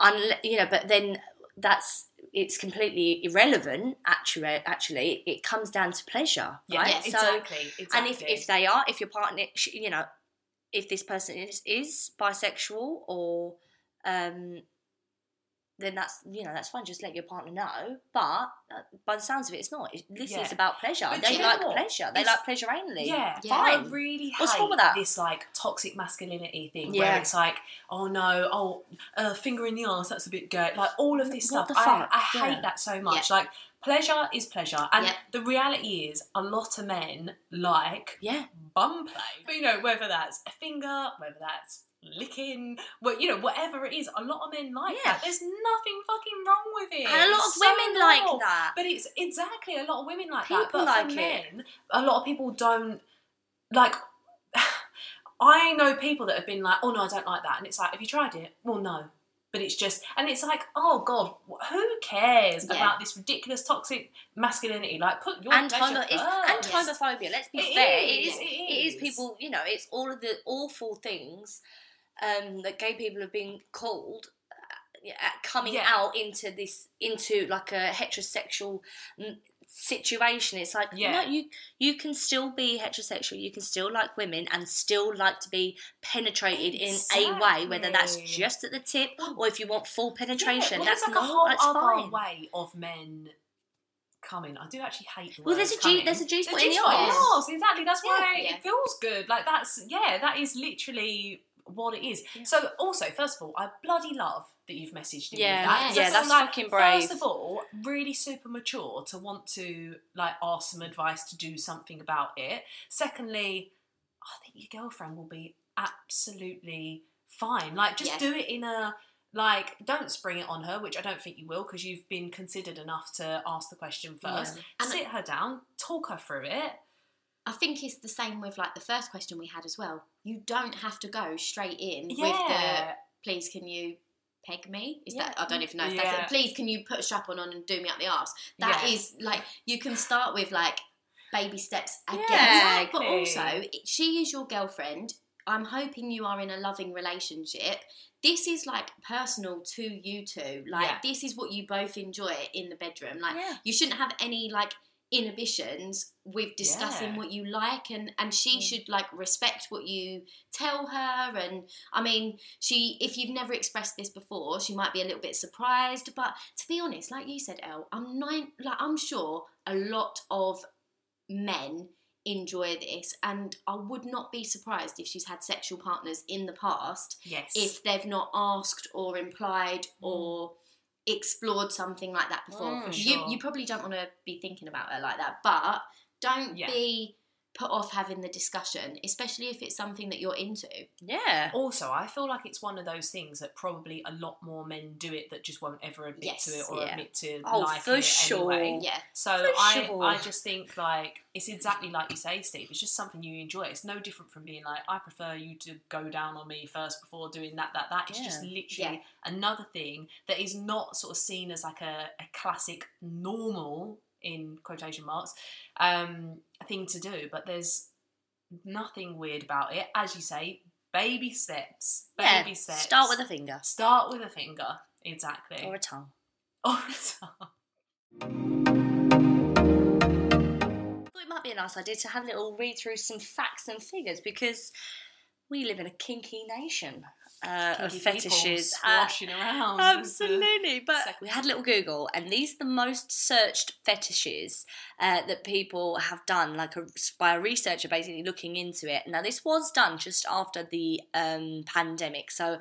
Unle you know. But then that's it's completely irrelevant. Actually, actually, it comes down to pleasure, Yeah, right? yeah, exactly, exactly. And if, if they are, if your partner, sh- you know, if this person is, is bisexual or, um, then that's you know that's fine. Just let your partner know. But uh, by the sounds of it, it's not. It- This Yeah. is about pleasure. But do they you know like what? pleasure. They It's- like pleasure only. Yeah, Yeah. I Fine. really What's hate wrong with that? this like toxic masculinity thing Yeah. where it's like, oh no, oh uh, finger in the arse, that's a bit gay. Like all of this What stuff. the I, fuck? I hate Yeah. that so much. Like pleasure is pleasure, and Yeah. the reality is a lot of men like Yeah. bum play. But you know, whether that's a finger, whether that's licking, well, you know, whatever it is, a lot of men like Yeah. that. There's nothing fucking wrong with it. And a lot of It's so women normal. like that. But it's exactly a lot of women like that. People But like for it. men, a lot of people don't like. *sighs* I know people that have been like, "Oh no, I don't like that," and it's like, "Have you tried it?" Well, no. But it's just, and it's like, oh god, wh- who cares Yeah. about this ridiculous toxic masculinity? Like, put your and, pleasure homo- it's, first. and homophobia. Let's be fair. It is. it It is people. You know, it's all of the awful things um, that gay people have been called uh, yeah, coming Yeah. out into this into like a heterosexual mm, situation. It's like Yeah. no, you you can still be heterosexual. You can still like women and still like to be penetrated in a way, whether that's Exactly. Oh. just at the tip or if you want full Yeah, penetration. well, that's there's like not a whole that's other fine. way of men coming. I do actually hate the Well, word there's a G- coming. there's a G spot in the G spot. arse. Yes, exactly. That's why Yeah. it feels good. Like that's yeah, that is literally what it is. Yeah. So also, first of all, I bloody love that you've messaged me. Yeah. with that. 'cause Yeah, I feel that's like, fucking brave. First of all, really super mature to want to like ask some advice to do something about it. Secondly, I think your girlfriend will be absolutely fine. Like just Yeah. do it in a like don't spring it on her, which I don't think you will because you've been considered enough to ask the question first. And- Sit her down, talk her through it. I think it's the same with like the first question we had as well. You don't have to go straight in with the Yeah. please can you peg me? Is Yeah. that I don't even know if Yeah. that's it. Please can you put a strap on and do me up the arse? That Yeah. is like you can start with like baby steps again. Yeah, But also exactly. it- she is your girlfriend. I'm hoping you are in a loving relationship. This is like personal to you two. Like Yeah. this is what you both enjoy in the bedroom. Like yeah. you shouldn't have any like inhibitions with discussing Yeah. what you like and and she Mm. should like respect what you tell her and i mean she if you've never expressed this before she might be a little bit surprised but to be honest like you said el i'm nine like i'm sure a lot of men enjoy this and i would not be surprised if she's had sexual partners in the past Yes. if they've not asked or implied or explored something like that before. Mm. For sure. You you probably don't want to be thinking about it like that, but don't Yeah. be put off having the discussion, especially if it's something that you're into. Yeah. also, I feel like it's one of those things that probably a lot more men do it that just won't ever admit Yes, to it or yeah. admit to Oh, liking for it sure. anyway. Yeah. So For I, sure. I just think like it's exactly like you say, Steve. It's just something you enjoy. It's no different from being like, I prefer you to go down on me first before doing that, that, that. It's just Yeah. literally another thing that is not sort of seen as like a, a classic normal in quotation marks um, thing to do. But there's nothing weird about it, as you say. Baby steps. Yeah. Baby steps. Start with a finger start with a finger. Exactly. or a tongue. *laughs* Or a tongue. thought it might be a nice idea to have a little read through some facts and figures because we live in a kinky nation uh, of Kinky people fetishes. Uh, splashing around. Absolutely, but second- we had a little Google, and these are the most searched fetishes uh, that people have done, like a, by a researcher basically looking into it. Now, this was done just after the um, pandemic, so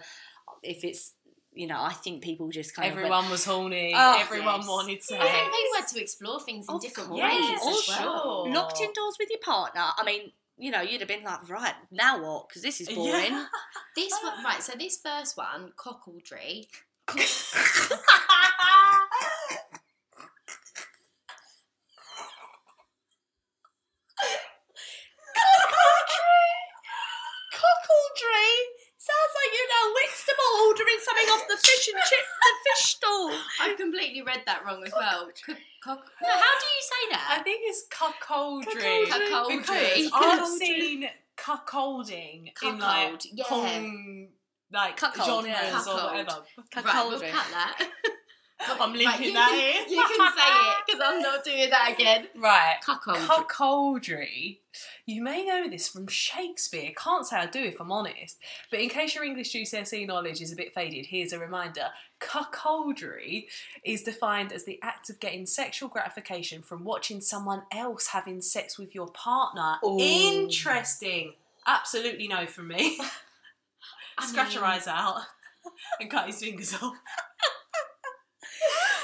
if it's you know, I think people just kind of went, Everyone was horny. Oh, Everyone yes. wanted to. I think people had to explore things in Of different course. ways. Yes, as for well. Oh, sure. locked *laughs* indoors with your partner. I mean, you know, you'd have been like, right now what? Because this is Yeah. boring. *laughs* This one, right? So this first one, cockledry. Cockledry sounds like you know Whitstable ordering something off the fish and chip the fish stall. I've completely read that wrong as well. Cock. cock- no, how do you say I that? think it's cuckoldry. *laughs* Cuckoldry. Cuckoldry. Because I've seen cuckolding in like Cuckold, yeah. porn, like Cuckold, genres yeah. or Cuckold. whatever. Right, we'll Cuckoldry. cut that. I'm linking Right, you that can, in. you *laughs* can say it because I'm not doing that again. Right. Cuckoldry. Cuckoldry. You may know this from Shakespeare. Can't say I do if I'm honest. But in case your English GCSE E knowledge is a bit faded, here's a reminder. Cuckoldry is defined as the act of getting sexual gratification from watching someone else having sex with your partner. Ooh. Interesting. Absolutely no from me. *laughs* I Scratch your mean- eyes out *laughs* and cut his fingers off.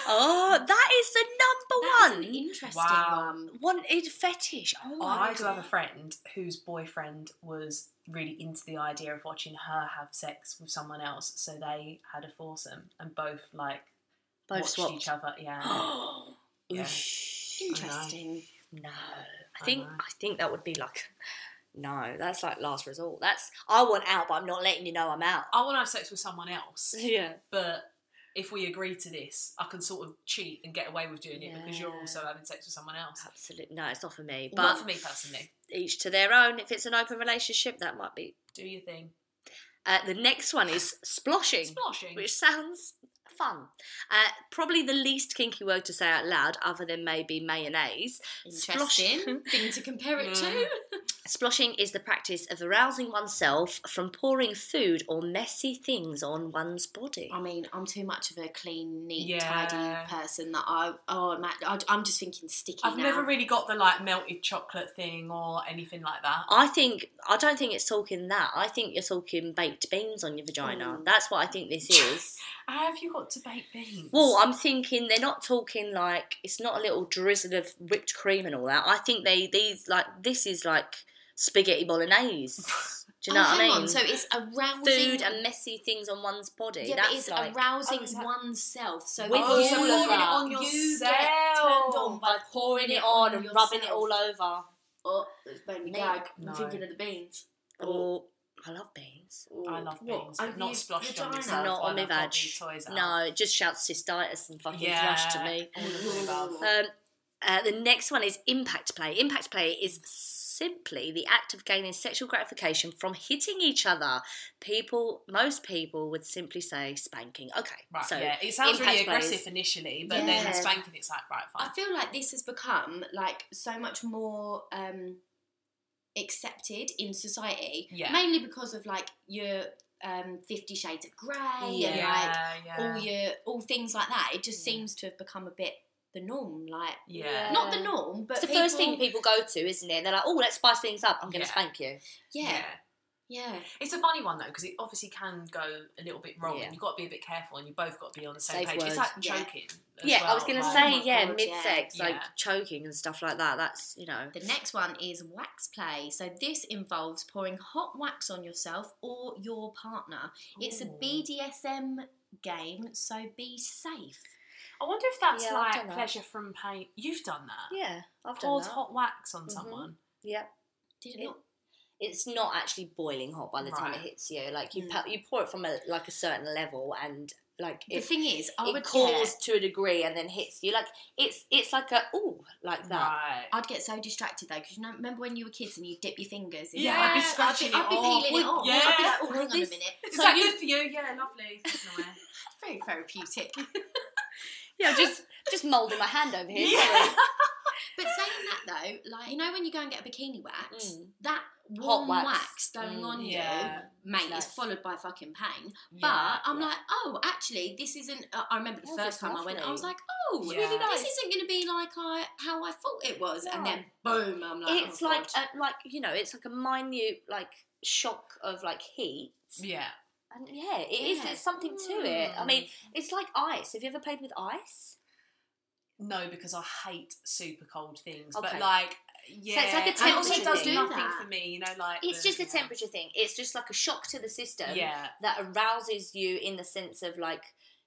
Oh, that is the number That is one. an interesting Wow. one. *gasps* Wanted fetish. Oh my I do God. have a friend whose boyfriend was really into the idea of watching her have sex with someone else, so they had a foursome and both like Both watched swapped. each other. Yeah, Oh, Yeah. Interesting. No, I I think know. I think that would be like *laughs* no. That's like last resort. That's I want out, but I'm not letting you know I'm out. I want to have sex with someone else, Yeah. but if we agree to this, I can sort of cheat and get away with doing it because you're Yeah. also having sex with someone else. Absolutely. No, it's not for me. But Not for me personally. each to their own. If it's an open relationship, that might be. Do your thing. Uh, the next one *laughs* is sploshing, Splashing. which sounds fun. Uh, probably the least kinky word to say out loud, other than maybe mayonnaise. *laughs* Splosh- Interesting thing to compare it to. Mm. Sploshing is the practice of arousing oneself from pouring food or messy things on one's body. Um, I mean, I'm too much of a clean, neat, Yeah. tidy person that I. Oh, Matt, I, I'm just thinking sticky I've now. never really got the like melted chocolate thing or anything like that. I think I don't think it's talking that. I think you're talking baked beans on your vagina. Oh. Mm. That's what I think this is. How have you got to bake beans? well, I'm thinking they're not talking like it's not a little drizzle of whipped cream and all that. I think they these like this is like spaghetti bolognese. Do you know oh, what I hang mean? On. So it's arousing food and messy things on one's body. Yeah, That's but it's like arousing Oh, is that- oneself. So With oh, that so you. you, pouring it on you yourself. get turned on by pouring it on and rubbing it all over. over. Oh, it's made me No. gag. No. I'm thinking of the beans. Oh, I love beans. I love What? beans, Have but not you- sploshed on vagina? yourself. Not on when my I've got vag. these Toys out. No, it just shouts cystitis and fucking Yeah. flush to me. All of the above. Um, uh, the next one is impact play. Impact play is simply the act of gaining sexual gratification from hitting each other. People, most people would simply say spanking. Okay, Right, so yeah, it sounds really impact plays. aggressive initially, but Yeah. then spanking it's like right, I fine. feel like this has become like so much more um, accepted in society, Yeah. mainly because of like your um, Fifty Shades of Grey and like all your all things like that. It just Yeah. seems to have become a bit the norm, like yeah. not the norm, but it's the people- first thing people go to, isn't it? They're like, oh, let's spice things up. I'm going to Yeah. spank you. Yeah, yeah, It's a funny one though because it obviously can go a little bit wrong, Yeah. and you've got to be a bit careful, and you both got to be on the same Safe page. word. It's like Yeah. choking. as yeah, I well, was going to oh like- say, my yeah, God, yeah. mid-sex, like Yeah. choking and stuff like that. That's, you know. The next one is wax play. So this involves pouring hot wax on yourself or your partner. It's a Ooh. BDSM game, so be safe. I wonder if that's Yeah, I've done like that. pleasure from pain. You've done that. Yeah, I've done Poured that. hot wax on Mhm. someone. Yeah. Did it It- not? it's not actually boiling hot by the time it Right. hits you. Like you, Mm. pa- you pour it from a like a certain level, and like The it, thing is, I it would cools get, to a degree, and then hits you. Like it's it's like a ooh like that. Right. I'd get so distracted though because you know, remember when you were kids and you dip your fingers. in it? Yeah, I'd be scratching I'd be, it off. peeling it off. Yeah. I'd be like, oh, hang on a This- minute. Is So that you- good for you? Yeah, lovely. It's very therapeutic. Yeah, just just moulding my hand over here. Yeah. sorry. But saying that though, like you know when you go and get a bikini wax, *laughs* Mm. that warm wax. wax. going Mm, on yeah. you, mate, Nice. is followed by fucking pain. But Yeah, I'm yeah. like, oh, actually, this isn't. Uh, I remember the Oh, first that's time I went, I was lovely. like, oh, It's really this isn't going to be like I how I thought it was. And No. then boom, I'm like, it's oh, like God. a, like you know, it's like a minute like shock of like heat. yeah. And yeah, it is. Yeah. There's something to it. I mean, it's like ice. Have you ever played with ice? No, because I hate super cold things. Okay. But like, yeah, like a and it also temperature does thing. nothing Do that. for me. You know, like It's the- just a temperature thing. It's just like a shock to the system. Yeah, that arouses you in the sense of like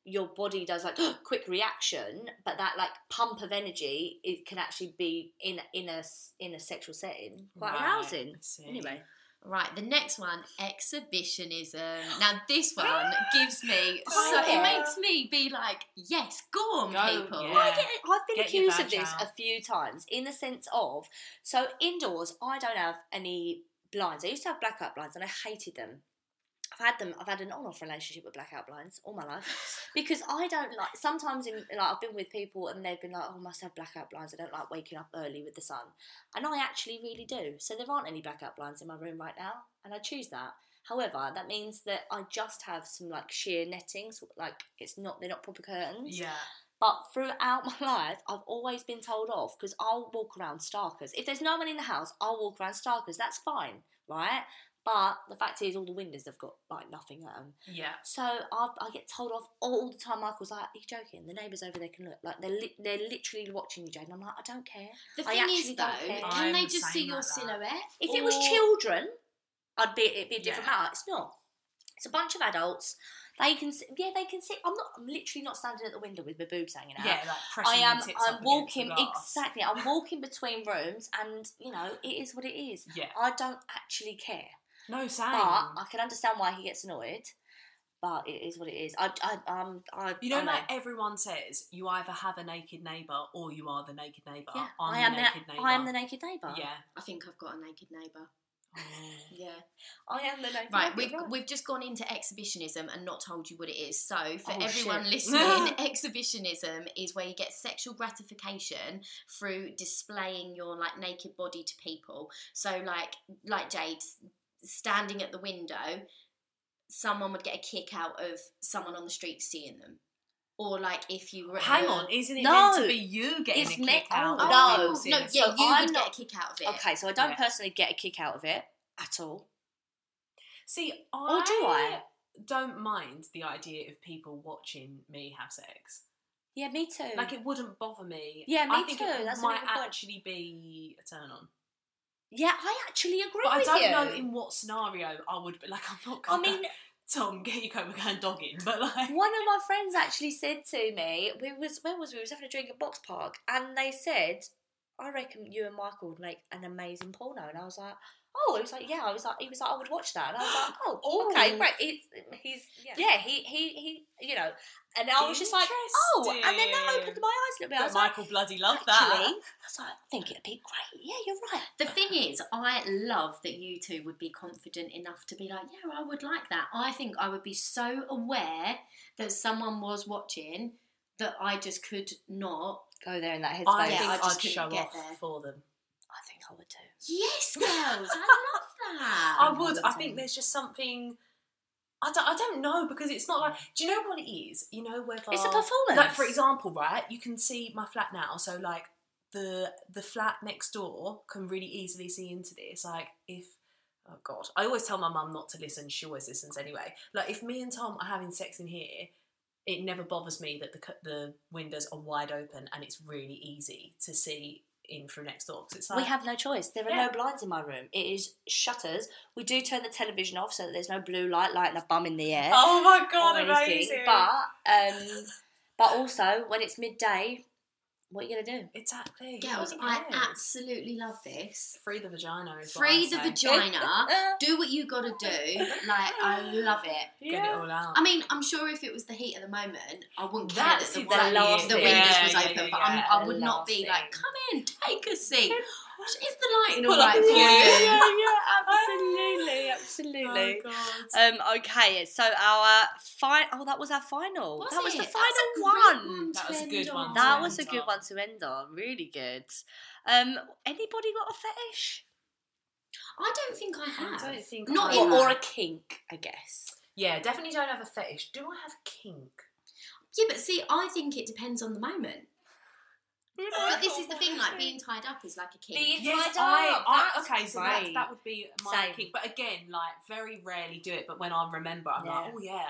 your body does like *gasps* quick reaction, but that like pump of energy it can actually be in in a s- in a sexual setting quite Right, arousing. I see. Anyway, right. The next one, exhibitionism. Now *gasps* this one gives me, Oh, so it yeah. makes me be like, yes, go on, Go, people. yeah. I get, I've been Get your accused vag of this out. a few times in the sense of so indoors I don't have any blinds. I used to have blackout blinds and I hated them. I've had them. I've had an on-off relationship with blackout blinds all my life. *laughs* because I don't like sometimes in like I've been with people and they've been like, Oh, I must have blackout blinds, I don't like waking up early with the sun. And I actually really do. So there aren't any blackout blinds in my room right now, and I choose that. However, that means that I just have some like sheer nettings, like it's not they're not proper curtains. yeah. But throughout my *laughs* life, I've always been told off because I'll walk around starkers. If there's no one in the house, I'll walk around starkers. That's fine, right? But the fact is, all the windows have got like nothing at them. Yeah. So I, I get told off all the time. Michael's like, "Are you joking? The neighbours over there can look like they're li- they're literally watching you, Jade." And I'm like, "I don't care. The I thing is actually though, don't care. can I'm they the just see same your like that. silhouette? If it was Or- children, I'd be it'd be a different Yeah. matter. It's not. It's a bunch of adults. They can s- yeah they can see. I'm not. I'm literally not standing at the window with my boobs hanging out. Yeah, like pressing I your am. tits up I'm against walking the glass. exactly. I'm walking between rooms, and you know it is what it is. Yeah. I don't actually care, No, same. but I can understand why he gets annoyed. But it is what it is. I, I, I'm, I, You know, I like everyone says, you either have a naked neighbour or you are the naked neighbour. yeah, I'm I am the the, naked neighbour. I am the naked neighbour. Yeah. I think I've got a naked neighbour. Yeah. I am the lady. Right, we've, we've just gone into exhibitionism and not told you what it is. So, for Oh, everyone shit. listening, *laughs* *laughs* exhibitionism is where you get sexual gratification through displaying your like naked body to people. So, like like Jade s- standing at the window, someone would get a kick out of someone on the street seeing them, or like if you were at Hang the- on, isn't it No. meant to be you getting It's a kick meant- out? oh, of no. people no, seeing no, us? yeah, So you I'm would not- get a kick out of it. Okay, so I don't Yeah. personally get a kick out of it at all. See, I, Or do I? don't mind the idea of people watching me have sex. Yeah, me too. Like it wouldn't bother me. Mm. Yeah, me I think too, It that's a might good point. actually be a turn on, yeah, I actually agree but I with don't you. know in what scenario I would. be Like I'm not. I Gonna, mean, *laughs* Tom, get your coat. We're going dogging, but like. one of my friends actually said to me, "We was where was we? We was having a drink at Box Park, and they said, I reckon you and Michael would make an amazing porno." And I was like, "Oh," he was like, "Yeah," I was like, "He was like, I would watch that." And I was like, *gasps* "Oh, Oh. okay, great." It's, he's Yeah. yeah, he he he, you know, and I was just like, "Oh," and then that opened my eyes a little bit. I But was like, Michael bloody loved Actually, that. I was like, I think it'd be great. Yeah, you're right. The thing is, I love that you two would be confident enough to be like, yeah, I would like that. I think I would be so aware that someone was watching that I just could not. Go there in that headspace. I Yeah, think I I just would couldn't show get off there. for them. I think I would too. *laughs* Yes, girls, I love that. I would. I think there's just something. I don't, I don't know because it's not like. Do you know what it is? You know whether Mm. It's a performance. Like for example, right? You can see my flat now, so like the the flat next door can really easily see into this. Like if oh god, I always tell my mum not to listen. She always listens anyway. Like if me and Tom are having sex in here, it never bothers me that the cu- the windows are wide open and it's really easy to see in through next door. 'Cause it's like we have no choice. There are Yeah. no blinds in my room. It is shutters. We do turn the television off so that there's no blue light lighting a bum in the air. oh my or god, anything. amazing. But um, but also when it's midday, what are you gonna do? exactly, girls, Who I cares? absolutely love this. free the vagina. Is what Free I the say. vagina. Uh, Do what you gotta do. Like, I love it. Get it all out. I mean, I'm sure if it was the heat of the moment, I wouldn't care that That's the, exactly wi- it. the windows Yeah, was yeah, open, yeah, but I'm, yeah. I would not be The like, last come in, take a seat. Is the lighting Pull all up right the for view. you? *laughs* yeah, absolutely, absolutely. Oh, God. Um, okay, so our final. Oh, that was our final. Was that was the it? That's a final great to one. That was a end good on. one to That end was a good on. one to end on. Really good. Um, anybody got a fetish I don't think I have. don't think Not I in. have. or, or a kink? I guess. Yeah, definitely don't have a fetish. Do I have a kink? Yeah, but see, I think it depends on the moment. But this is the thing, like being tied up is like a kink. Being- Yes, I, I- I- okay, so that's, great. that would be my Same. kink. But again, like very rarely do it. But when I remember, I'm Yeah. like, oh yeah,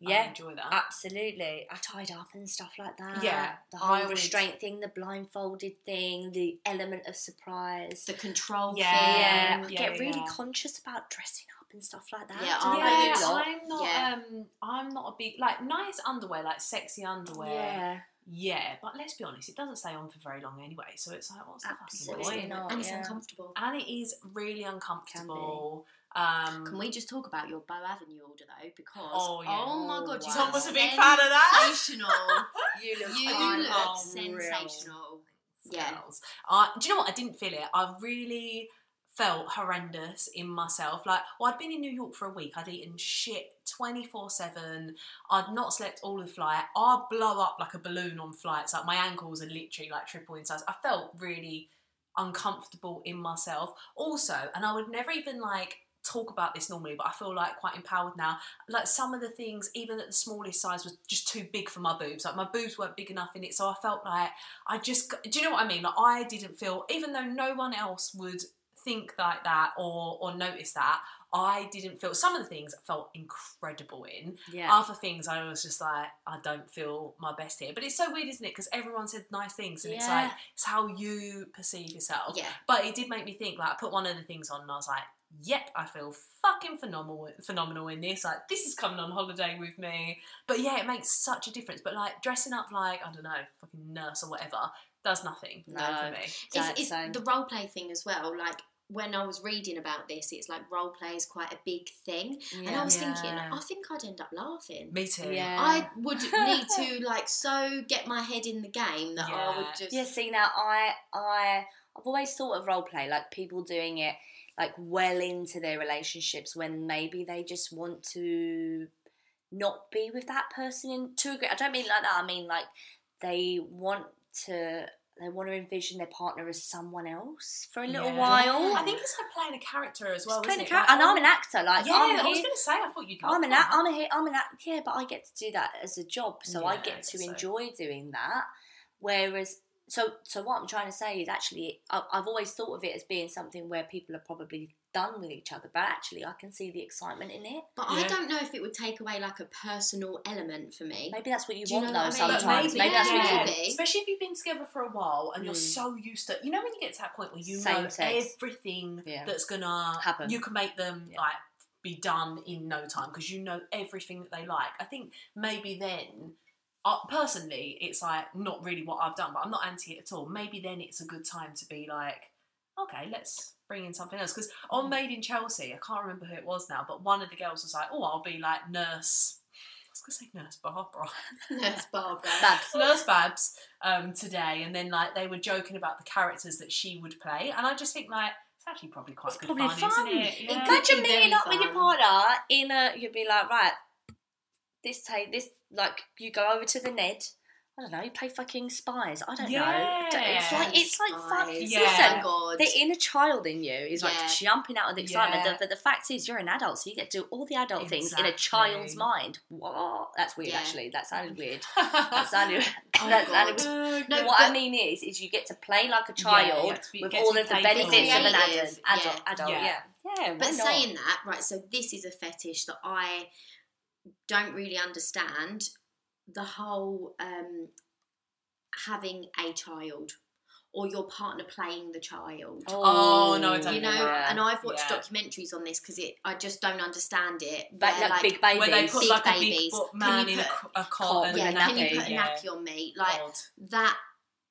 Yeah. Uh, I enjoy that. Absolutely. I tied up and stuff like that. Yeah, The I whole would- restraint thing, the blindfolded thing, the element of surprise. The control Yeah. yeah, thing. I yeah, get really yeah. conscious about dressing up and stuff like that. Yeah, Do you I know yeah, would. you lot? I'm not. Yeah. Um, I'm not a big like nice underwear, like sexy underwear. Yeah. Yeah, but let's be honest, it doesn't stay on for very long anyway. So it's like, what's the fucking Absolutely point? not, and it's yeah. uncomfortable. And it is really uncomfortable. Um, Can we just talk about your Bow Avenue order though? Because Oh, yeah. my Oh, god, you wow. look Tom was a big fan of that. Sensational. you look, you I look Oh, um, love sensational. Yeah. girls. I, do you know what? I didn't feel it. I really felt horrendous in myself. Like, well, I'd been in New York for a week. I'd eaten shit 24 7. I'd not slept all the flight. I blow up like a balloon on flights. Like, my ankles are literally like triple in size. I felt really uncomfortable in myself. Also, and I would never even like talk about this normally, but I feel like quite empowered now. Like some of the things, even at the smallest size, was just too big for my boobs. Like my boobs weren't big enough in it, so I felt like I just. got- Do you know what I mean? Like I didn't feel, even though no one else would think like that or or notice that. I didn't feel some of the things I felt incredible in, Yeah. other things I was just like, I don't feel my best here. But it's so weird, isn't it? Because everyone said nice things, and it's Yeah. like it's how you perceive yourself. Yeah. But it did make me think. Like I put one of the things on, and I was like, Yep, I feel fucking phenomenal, phenomenal in this. Like this is coming on holiday with me. But yeah, it makes such a difference. But like dressing up like I don't know, fucking nurse or whatever, does nothing No. for me. it's, Exact it's same. the role play thing as well. Like when I was reading about this, it's like role play is quite a big thing, yeah. Oh, and I was Yeah. thinking, I think I'd end up laughing. Me too. Yeah. I *laughs* would need to like so get my head in the game that I would Yeah. just Yeah, see now I I I've always thought of role play like people doing it like well into their relationships when maybe they just want to not be with that person in to agree. I don't mean like that. I mean like they want to they want to envision their partner as someone else for a little Yeah. while. I think it's like playing a character as well. Just playing a isn't it? character, Like, oh, and I'm an actor. Like yeah, I'm I was here- going to say. I thought you'd. I'm love an that. act, I'm a hit, I'm an act, yeah, but I get to do that as a job, so I Yeah, get to so- enjoy doing that. Whereas, so so what I'm trying to say is actually, I, I've always thought of it as being something where people are probably done with each other, but actually, I can see the excitement in it. But I Yeah. don't know if it would take away like a personal element for me. *laughs* Maybe that's what you Do you want know though. what I mean? But Sometimes, maybe, maybe, that's what you yeah. want. want. especially if you've been together for a while and you're Mm. so used to, you know, when you get to that point where you Same know sex. everything Yeah. that's gonna Happen. You can make them Yeah. like be done in no time because you know everything that they like. I think maybe then. Uh, personally, it's like not really what I've done, but I'm not anti it at all. Maybe then it's a good time to be like, okay, let's bring in something else. Because Hmm. on Made in Chelsea, I can't remember who it was now, but one of the girls was like, oh, I'll be like nurse. I was gonna say nurse Barbara. Nurse Barbara. Babs. Nurse Babs um, today, and then like they were joking about the characters that she would play, and I just think like it's actually probably quite It's good probably fun, fun. isn't it? Yeah. *laughs* could Imagine be very meeting up with your fun. partner in a. You'd be like, right, this take this like you go over to the Ned. I don't know. You play fucking spies. I don't know. Don't- It's like it's like fun. Spies. Yeah. Listen, Oh my God. the inner child in you is like Yeah. jumping out of the excitement. Yeah. The- But the fact is, you're an adult, so you get to do all the adult things in a Exactly. child's mind. What? That's weird. Yeah. Actually, that sounded weird. *laughs* That That's sounded. Oh *laughs* that God. sounded *laughs* No, what but- I mean is, is you get to play like a Yeah, you child get to be- with get to all be of the playful. benefits of an adult. Creative, Adult, yeah. adult, Yeah. yeah. Yeah. why But not? saying that, right, so this is a fetish that I don't really understand the whole um, having a child or your partner playing the child. Oh, no, I don't You know, yeah. and I've watched Yeah. documentaries on this because I just don't understand it. But where, like, big babies. Where they put Big like a big babies. book Can man you in a, put- co- a Cot cot and yeah, a can you nappy, put a yeah. nappy on me? Like God. that,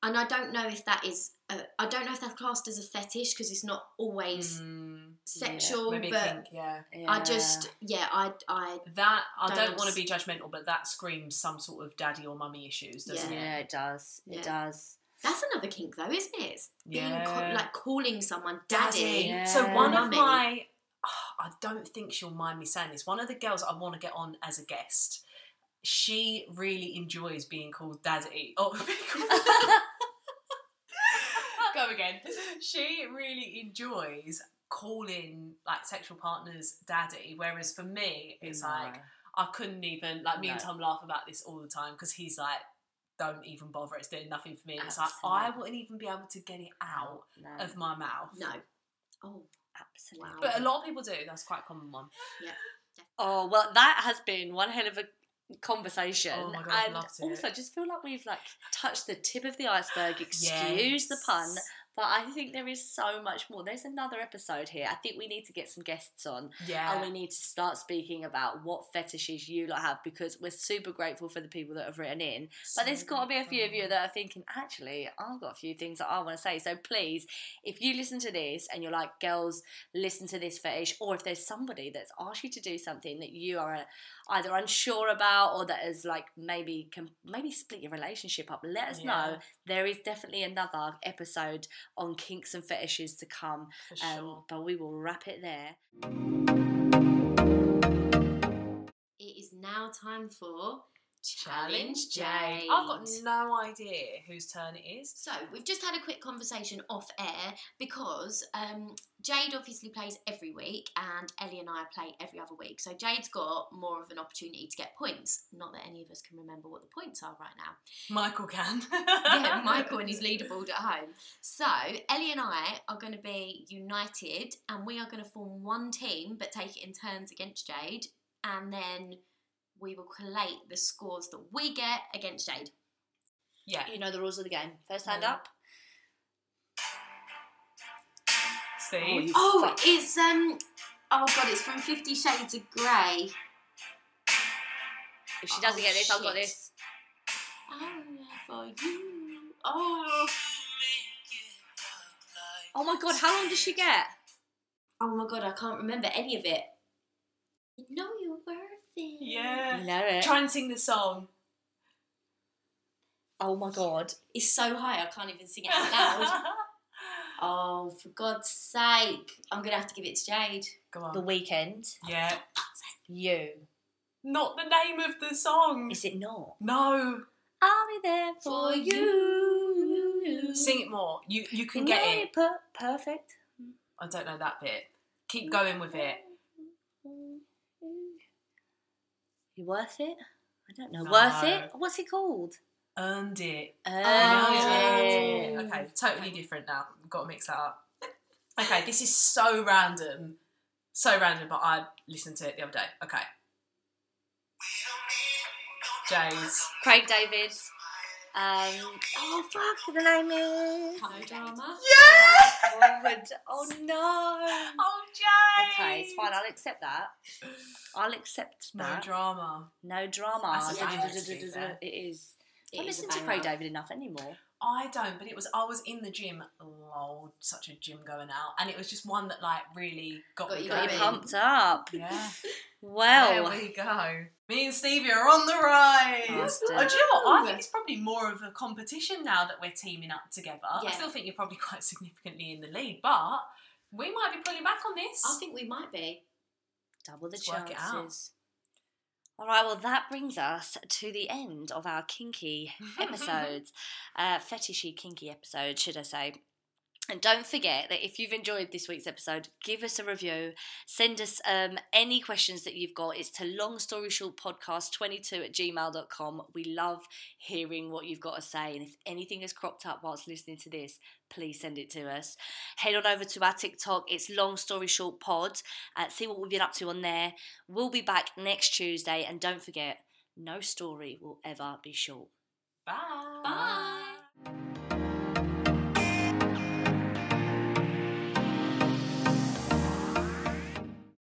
and I don't know if that is. I I don't know if that's classed as a fetish because it's not always Mm, sexual, maybe but pink, yeah. I just, yeah, I, I That I don't, Don't want to be judgmental, but that screams some sort of daddy or mummy issues, doesn't Yeah. it? Yeah, it does. It Yeah. does. That's another kink, though, isn't it? It's being Yeah. ca- like calling someone daddy. daddy. Yeah. So one of Mummy. my, *sighs* oh, I don't think she'll mind me saying this. One of the girls I want to get on as a guest, she really enjoys being called daddy. *laughs* Oh, being called- go again. She really enjoys calling like sexual partners daddy, whereas for me it's like I couldn't even like me and No. Tom laugh about this all the time because he's like. Don't even bother. It's doing nothing for me. And It's like I Absolutely. wouldn't even be able to get it out no, of my mouth. No. Oh, absolutely. Wow. But a lot of people do. That's quite a common one. Oh well, that has been one hell of a conversation. Oh my God, and loved it. also, I just feel like we've like touched the tip of the iceberg. Excuse the pun, but I think there is so much more. There's another episode here. I think we need to get some guests on. Yeah. And we need to start speaking about what fetishes you lot have because we're super grateful for the people that have written in. But there's got to be a few of you that are thinking, actually, I've got a few things that I want to say. So please, if you listen to this and you're like, girls, listen to this fetish, or if there's somebody that's asked you to do something that you are uh, either unsure about or that is like maybe can maybe split your relationship up, let us know. There is definitely another episode on kinks and fetishes to come. For Um, sure. But we will wrap it there. it is now time for Challenge Challenge Jade. Jade. I've got no idea whose turn it is. So we've just had a quick conversation off air because um, Jade obviously plays every week and Ellie and I play every other week. So Jade's got more of an opportunity to get points. Not that any of us can remember what the points are right now. Michael can. *laughs* *laughs* yeah, Michael and his leaderboard at home. So Ellie and I are going to be united, and we are going to form one team, but take it in turns against Jade, and then we will collate the scores that we get against Jade. Yeah. You know the rules of the game. First hand Yeah. up. Steve. Oh, Oh, Fuck. it's um, oh god, it's from Fifty Shades of Grey. If she doesn't Oh, get this, I've got shit. this. Oh, for you. Oh, Oh my god, how long does she get? oh my god, I can't remember any of it. You know you're worth it. Yeah. know it. Try and sing the song. Oh my god. Oh *laughs* It's so high, I can't even sing it out loud. Oh, for God's sake. I'm going to have to give it to Jade. *laughs* Go The on. weekend. Yeah. You. Not the name of the song. Is it not? No. I'll be there for, For you. Sing it more. You you can You get know it. per- perfect. I don't know that bit. Keep going with it. Mm. You worth it? I don't know. No. Worth it? What's it called? Earned it. Oh. Urgent. Okay, totally different now. We've got to mix that up. Okay, this is so random. So random, but I listened to it the other day. Okay. Jays. Craig David. Um, oh fuck, the name is. Hello, drama. Forward. Oh *laughs* no. Oh, Jays! Okay, it's fine. I'll accept that. I'll accept No that. drama. No drama. That's a banger, It to be fair. is. It I is a listen to banger. Craig David enough anymore. I don't, but it was, I was in the gym. Lol, such a gym going out. And it was just one that, like, really got, Got me you Got going. you pumped up. Yeah. Well, There we go. Me and Stevie are on the rise. Bastard. Oh, do you know what? I think it's probably more of a competition now that we're teaming up together. I Yeah. still think you're probably *laughs* quite significantly in the lead, but we might be pulling back on this. I think we might be. double the Let's work it out. chances. All right, well, that brings us to the end of our kinky Mm-hmm. episodes, uh, fetishy kinky episode, should I say. And don't forget that if you've enjoyed this week's episode, give us a review. Send us um, any questions that you've got. It's to longstorishortpodcast22 at gmail.com. We love hearing what you've got to say. And if anything has cropped up whilst listening to this, please send it to us. Head on over to our TikTok. It's Long Story Short Pod. Uh, see what we've been up to on there. We'll be back next Tuesday. And don't forget, no story will ever be short. *laughs* Bye. Bye.